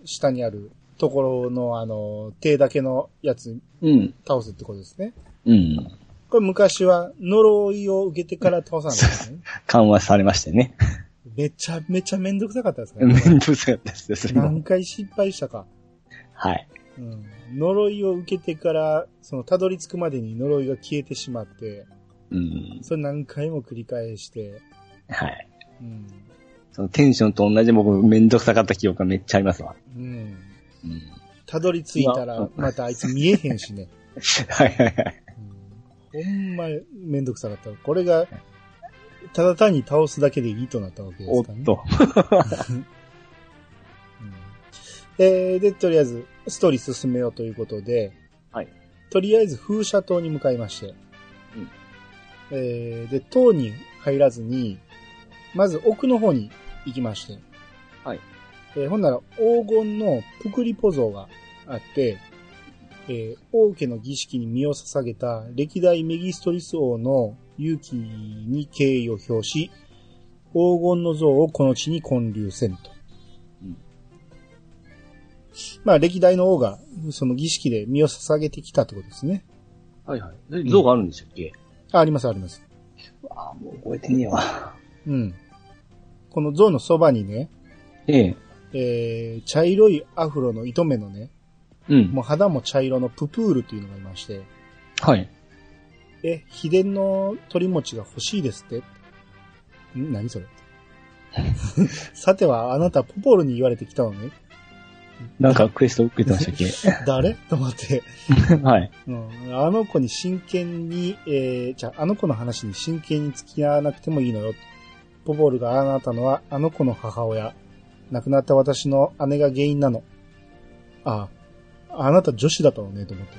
下にあるところのあの、手だけのやつ
うん。
倒すってことですね。
うん。
これ昔は呪いを受けてから倒さないですね。
緩和されましてね。
めちゃめちゃめんどくさかったですか
め
ら、ね。
んどくさかったですね、それも
何。回失敗したか。
はい。
うん、呪いを受けてから、その、たどり着くまでに呪いが消えてしまって、
うん。
それ何回も繰り返して、
はい。
うん。
そのテンションと同じ僕、めんどくさかった記憶がめっちゃありますわ。
うん。
うん。
たどり着いたら、またあいつ見えへんしね。
はいはいはい。
うんほんま、めんどくさかった。これが、ただ単に倒すだけでいいとなったわけで
お
す
っ
からね。
と。
うんえーで、とりあえず、ストーリー進めようということで、
はい
とりあえず、風車島に向かいまして、
うん
えーで、島に入らずに、まず奥の方に行きまして。
はい。
えーほんなら、黄金のプクリポ像があって、えー王家の儀式に身を捧げた歴代メギストリス王の勇気に敬意を表し、黄金の像をこの地に建立せんと。
うん
まあ、歴代の王が、その儀式で身を捧げてきたってことですね。
はいはい。像があるんでしたっけ、
あ、あります、あります。
ああ、もう覚えてねえわ。
うん。この像のそばにね、
ええ。
えー、茶色いアフロの糸目のね、
うん。
もう肌も茶色のププールというのがいまして、
はい。
え、秘伝の鳥餅が欲しいですってん何それさてはあなたポポルに言われてきたのね
なんかクエスト受けてま したっ
誰と思って、
けはい。
うん。あの子に真剣に、えー、じゃああの子の話に真剣に付き合わなくてもいいのよ。ポポルがあなたのはあの子の母親。亡くなった私の姉が原因なの。ああ、あなた女子だったのね、と思って。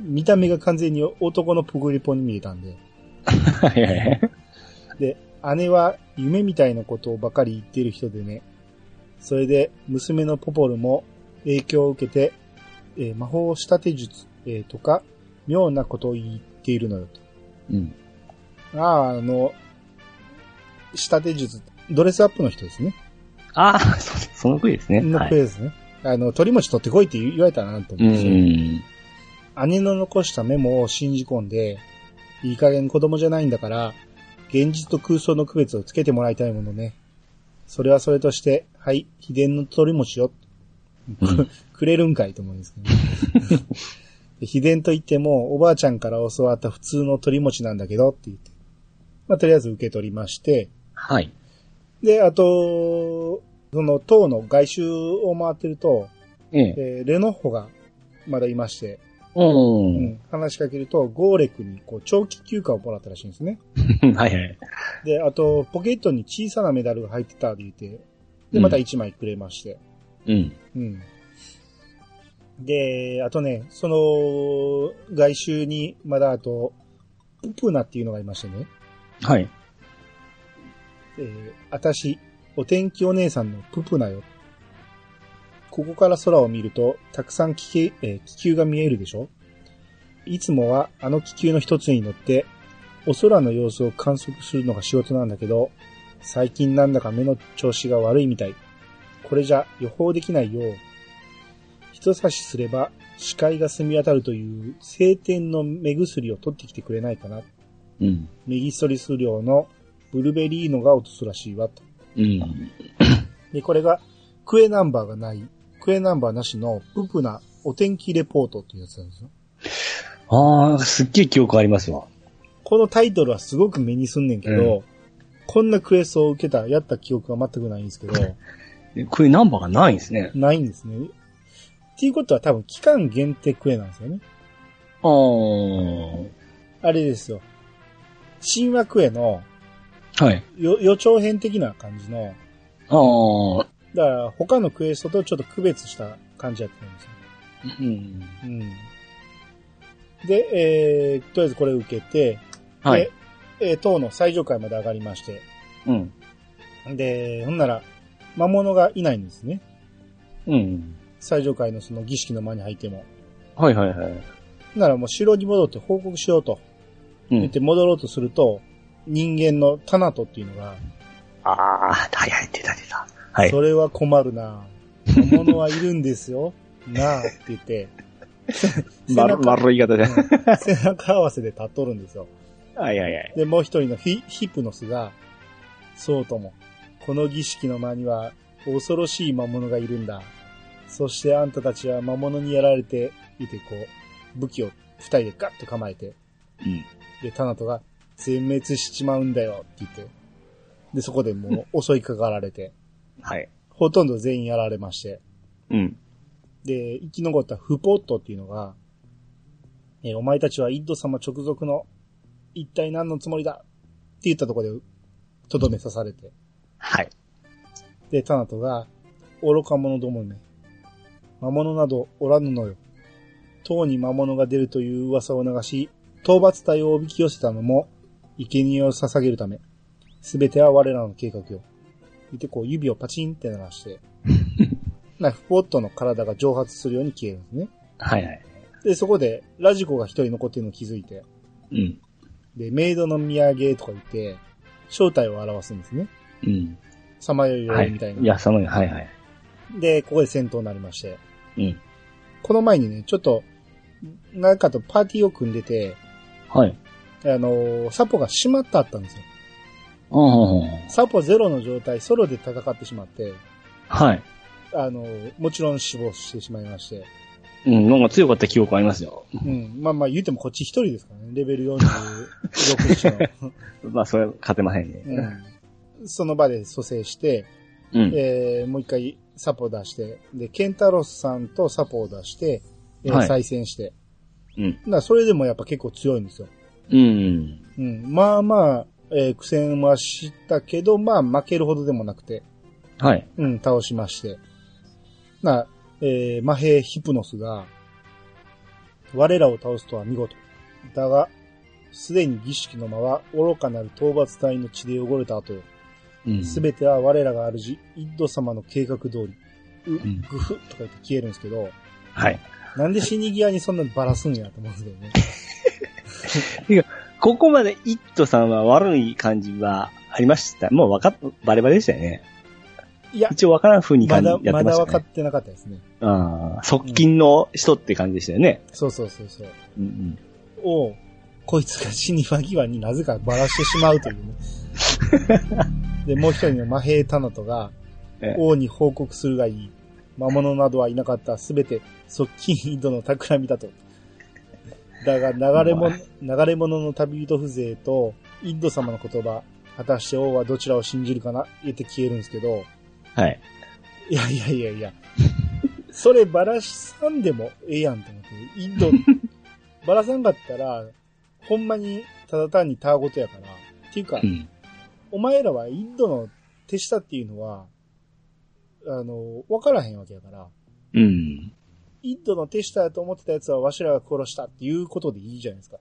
見た目が完全に男のプグリポに見えたんで。
はいはいはい。
で、姉は夢みたいなことをばかり言ってる人でね。それで、娘のポポルも影響を受けて、えー魔法仕立て術、えーとか、妙なことを言っているのよと。
うん。
ああ、あの、仕立て術、ドレスアップの人ですね。
ああ、そうですそのクイですね。
の
は
プレ
い。
イですね。あの、鳥餅取ってこいって言われたらなと
う
思うんですよ。
ん。
姉の残したメモを信じ込んで、いい加減子供じゃないんだから、現実と空想の区別をつけてもらいたいものね。それはそれとして、はい、秘伝の鳥餅よ。
うん
くれるんかいと思うんですけど、ね。で秘伝と言っても、おばあちゃんから教わった普通の鳥餅なんだけどって言って。まあ、とりあえず受け取りまして、
はい。
で、あと、その塔の外周を回ってると、
ええ。
えーレノッホがまだいまして、
う。
うんん、話しかけると、ゴーレクにこう長期休暇をもらったらしいんですね。
はいはい。
で、あと、ポケットに小さなメダルが入ってたって言って、で、また1枚くれまして。
うん。
うん。で、あとね、その、外周に、まだあと、ププナっていうのがいましてね、
はい。
えー、あたし、お天気お姉さんのププナよ。ここから空を見ると、たくさん気球,、えー気球が見えるでしょいつもはあの気球の一つに乗って、お空の様子を観測するのが仕事なんだけど、最近なんだか目の調子が悪いみたい。これじゃ予報できないよ。人差しすれば視界が澄み渡るという晴天の目薬を取ってきてくれないかな。
うん。
メギストリス量のブルベリーノが落とすらしいわと。
うん。
で、これが、クエナンバーがない、クエナンバーなしの、ププなお天気レポートっていうやつなんですよ。
ああ、すっげえ記憶ありますわ。
このタイトルはすごく目にすんねんけど、こんなクエストを受けた、やった記憶は全くないんですけど、
これナンバーがないんですね。
ないんですね。っていうことは多分期間限定クエなんですよね。
ああ。
あれですよ。神話クエの
はい。
よ予兆編的な感じの、
ああ。
だから他のクエストとちょっと区別した感じやってるんですよ。
うん。
うん。で、えー、とりあえずこれ受けて、
はい。
で、えー塔の最上階まで上がりまして。
うん。
で、ほんなら、魔物がいないんですね。
うん。
最上階のその儀式の間に入っても。
はいはいはい。
ほんならもう城に戻って報告しようと。
う
言っ。て戻ろうとすると、人間のタナトっていうのが、
ああ、はいはい、出た出た。はい。
それは困るな魔物はいるんですよ。なあって言 って、背
丸、
中
丸い言い方で。
うん背中合わせで立っとるんですよ。
はいはいはい。
で、もう一人のヒヒプノスが、そうとも、この儀式の間には恐ろしい魔物がいるんだ。そしてあんたたちは魔物にやられて、いてこう、武器を二人でガッと構えて、
うん。
で、タナトが全滅しちまうんだよって言って、で、そこでもう襲いかかられて、
はい。
ほとんど全員やられまして、
うん。
で、生き残ったフポットっていうのが、えーお前たちはイッド様直属の、一体何のつもりだって言ったところで、とどめ刺されて。
はい。
で、タナトが、愚か者どもめ。魔物などおらぬのよ。塔に魔物が出るという噂を流し、討伐隊をおびき寄せたのも、生贄を捧げるため。すべては我らの計画よ。いて、こう指をパチンって鳴らして、なフォットの体が蒸発するように消えるんですね。
はいはい。
で、そこで、ラジコが一人残ってるのを気づいて、
うん。
で、メイドの土産とか言って、正体を表すんですね。
うん。
さまよい
は
よ
い。
みたいな。
いや、寒い。はいはい。
で、ここで戦闘になりまして。
うん。
この前にね、ちょっと、なんかとパーティーを組んでて、
はい。
あのーサポが閉まったったんですよ。
うんうんうん。
サポゼロの状態、ソロで戦ってしまって、
はい。
あのーもちろん死亡してしまいまして。
うん、なんか強かった記憶ありますよ。
うん。まあまあ言ってもこっち一人ですからね。レベル46しの。
まあ、それは勝てまへん
う
ね。
ん。その場で蘇生して、
うん。
えーもう一回サポを出して、で、ケンタロスさんとサポを出して、えー
はい
再戦して。
うん。
な、それでもやっぱ結構強いんですよ。
うん。
うん。まあまあ、えー苦戦はしたけど、まあ負けるほどでもなくて、
はい。
うん、倒しまして。な、えーマヘヒプノスが、我らを倒すとは見事。だが、すでに儀式の間は愚かなる討伐隊の血で汚れた後よ。
うん。
すべては我らが主、イッド様の計画通り、う、
ん
グフとか言って消えるんですけど、
はい。
なんで死に際にそんなバラすんやと思うんですけどね。
ここまでイットさんは悪い感じはありました。もうわかっ、バレバレでしたよね。
いや、
一応わからん風に
ま
感じや
だ、
って
ま
ま
だ分
した
かっ
ね。
てなかったですね。
ああ、側近の人って感じでしたよね。
そうそうそうそう。
うん
を、こいつが死に際際になぜかバラしてしまうというね。 で、もう一人のマヘータナトが
ええ、
王に報告するがいい。魔物などはいなかった。すべて、側近井戸の企みだと。だが、流れも、流れ者の旅人風情と、インド様の言葉、果たして王はどちらを信じるかな、言って消えるんですけど、
うん。はい。
いやいやいやいや。それバラさんでもええやんと思って。インド、バラさんかったら、ほんまにただ単にたわごとやから。っていうか、
うん。
お前らはインドの手下っていうのは、あの、わからへんわけやから、
うん。
インドの手下やと思ってたやつはわしらが殺したっていうことでいいじゃないですか。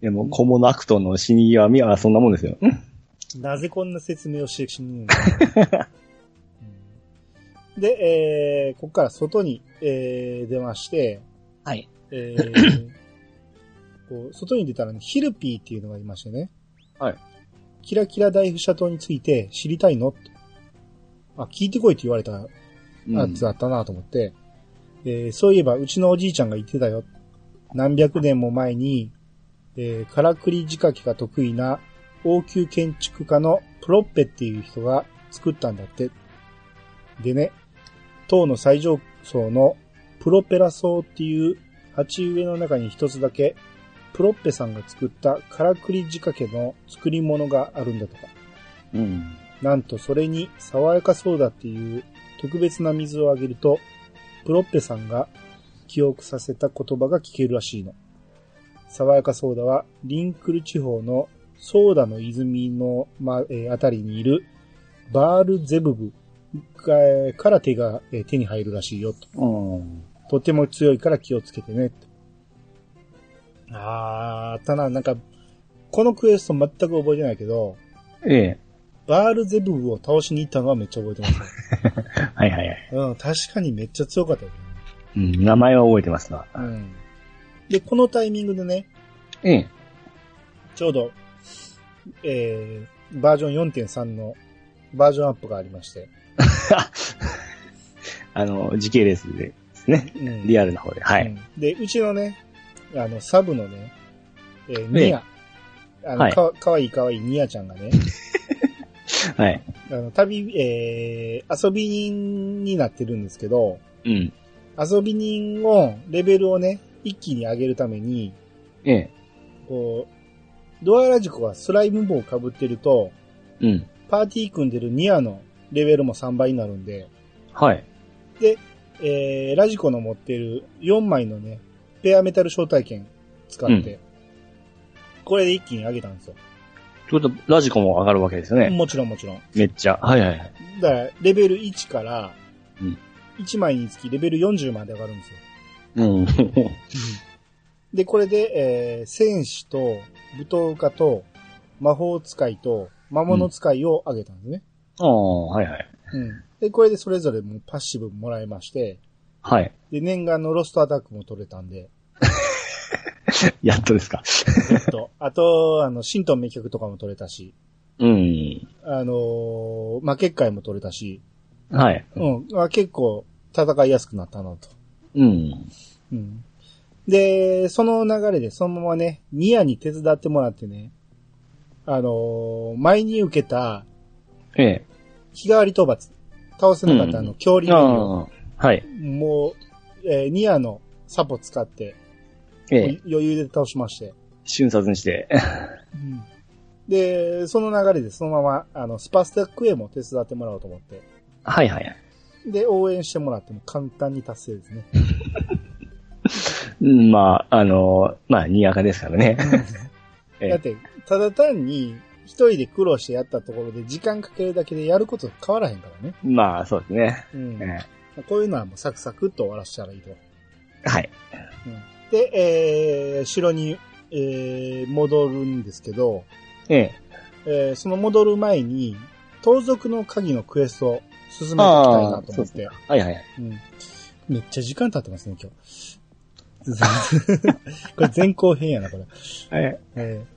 でも、小物悪党の死に際見はそんなもんですよ。
なぜこんな説明をして死ぬのか、うんで、えー、ここから外に、えー、出まして、
はい。
え ーこう外に出たらね、ヒルピーっていうのがいましてね。
はい。
キラキラ大富社党について知りたいのとあ、聞いてこいって言われたやつだったなと思って、えーそういえばうちのおじいちゃんが言ってたよ。何百年も前に、えー、からくり仕掛けが得意な王宮建築家のプロッペっていう人が作ったんだって。でね、塔の最上層のプロペラ層っていう鉢植えの中に一つだけ、プロッペさんが作ったからくり仕掛けの作り物があるんだとか。
うん。
なんとそれに爽やかそうだっていう特別な水をあげると、プロッペさんが記憶させた言葉が聞けるらしいの。爽やかソーダはリンクル地方のソーダの泉の、まえーあたりにいるバールゼブブがえーから手が、えー手に入るらしいよと。
うん。
とても強いから気をつけてね。あー、ただなんか、このクエスト全く覚えてないけど、
ええ。
バールゼブブを倒しに行ったのはめっちゃ覚えて ます。
はいはいはい。
うん、確かにめっちゃ強かったよね。
うん。名前は覚えてますな。
うん。で、このタイミングでね、
ええ。
ちょうど、えー、バージョン4.3のバージョンアップがありまして、
あの、時系列でですね。
うん。
リアルな方で。は
う
い。
んで、うちのね、あの、サブのね、えーニア、あの、
はい
かかわいいかわいいニアちゃんが ね、
はい。
あの、旅、えー、遊び人になってるんですけど、
うん。
遊び人を、レベルをね、一気に上げるために、
ええ。
こう、ドアラジコがスライム棒を被ってると、
うん。
パーティー組んでるニアのレベルも3倍になるんで、
はい。
えー、ラジコの持ってる4枚のね、ペアメタル招待券使って、これで一気に上げたんですよ。
ちょっと、ラジコも上がるわけですよね。
もちろんもちろん。
めっちゃ。はいはいはい。
だから、レベル1から
うん、
1枚につきレベル40まで上がるんですよ。
うん。
で、これで、えー、戦士と、舞踏家と、魔法使いと、魔物使いをあげたんですね。
ああ、はいはい。
うん。で、これでそれぞれもうパッシブもらいまして、
はい。
で、念願のロストアタックも取れたんで、
やっとですか。
えっと、 あと、あの、神道名曲とかも取れたし、
うん。
あのー、魔結界も取れたし、
はい。
うん、まあ、結構戦いやすくなったなと。
うん。
うん。で、その流れでそのままね、ニアに手伝ってもらってね、あのー前に受けた
ええ。
日替わり討伐、倒せなかったあ
うん
の、恐竜
あ
の、
あ、はい。
もう、えーニアのサポ使って、
え
もう
え。
余裕で倒しまして、
瞬殺にして。
で、その流れでそのまま、あの、スパスタックへも手伝ってもらおうと思って。
はいはいはい。
で、応援してもらっても簡単に達成ですね。
うんまあ、あの、まあ、にやかですからね。 ええ
だって、ただ単に、一人で苦労してやったところで時間かけるだけでやること変わらへんからね。
まあ、そうですね。
うん
え。え
こういうのはもうサクサクっと終わらせたらいいと。
はい。
うん、で、えー、城に、えー、戻るんですけど、
ええ。
えー、その戻る前に、盗賊の鍵のクエストを進めていきたいなと
あーそ
思
う
っ
です
て
ね。はいはいはい。
うん。めっちゃ時間経って ますね、今日。これ前後編やな、これ。
はい。
え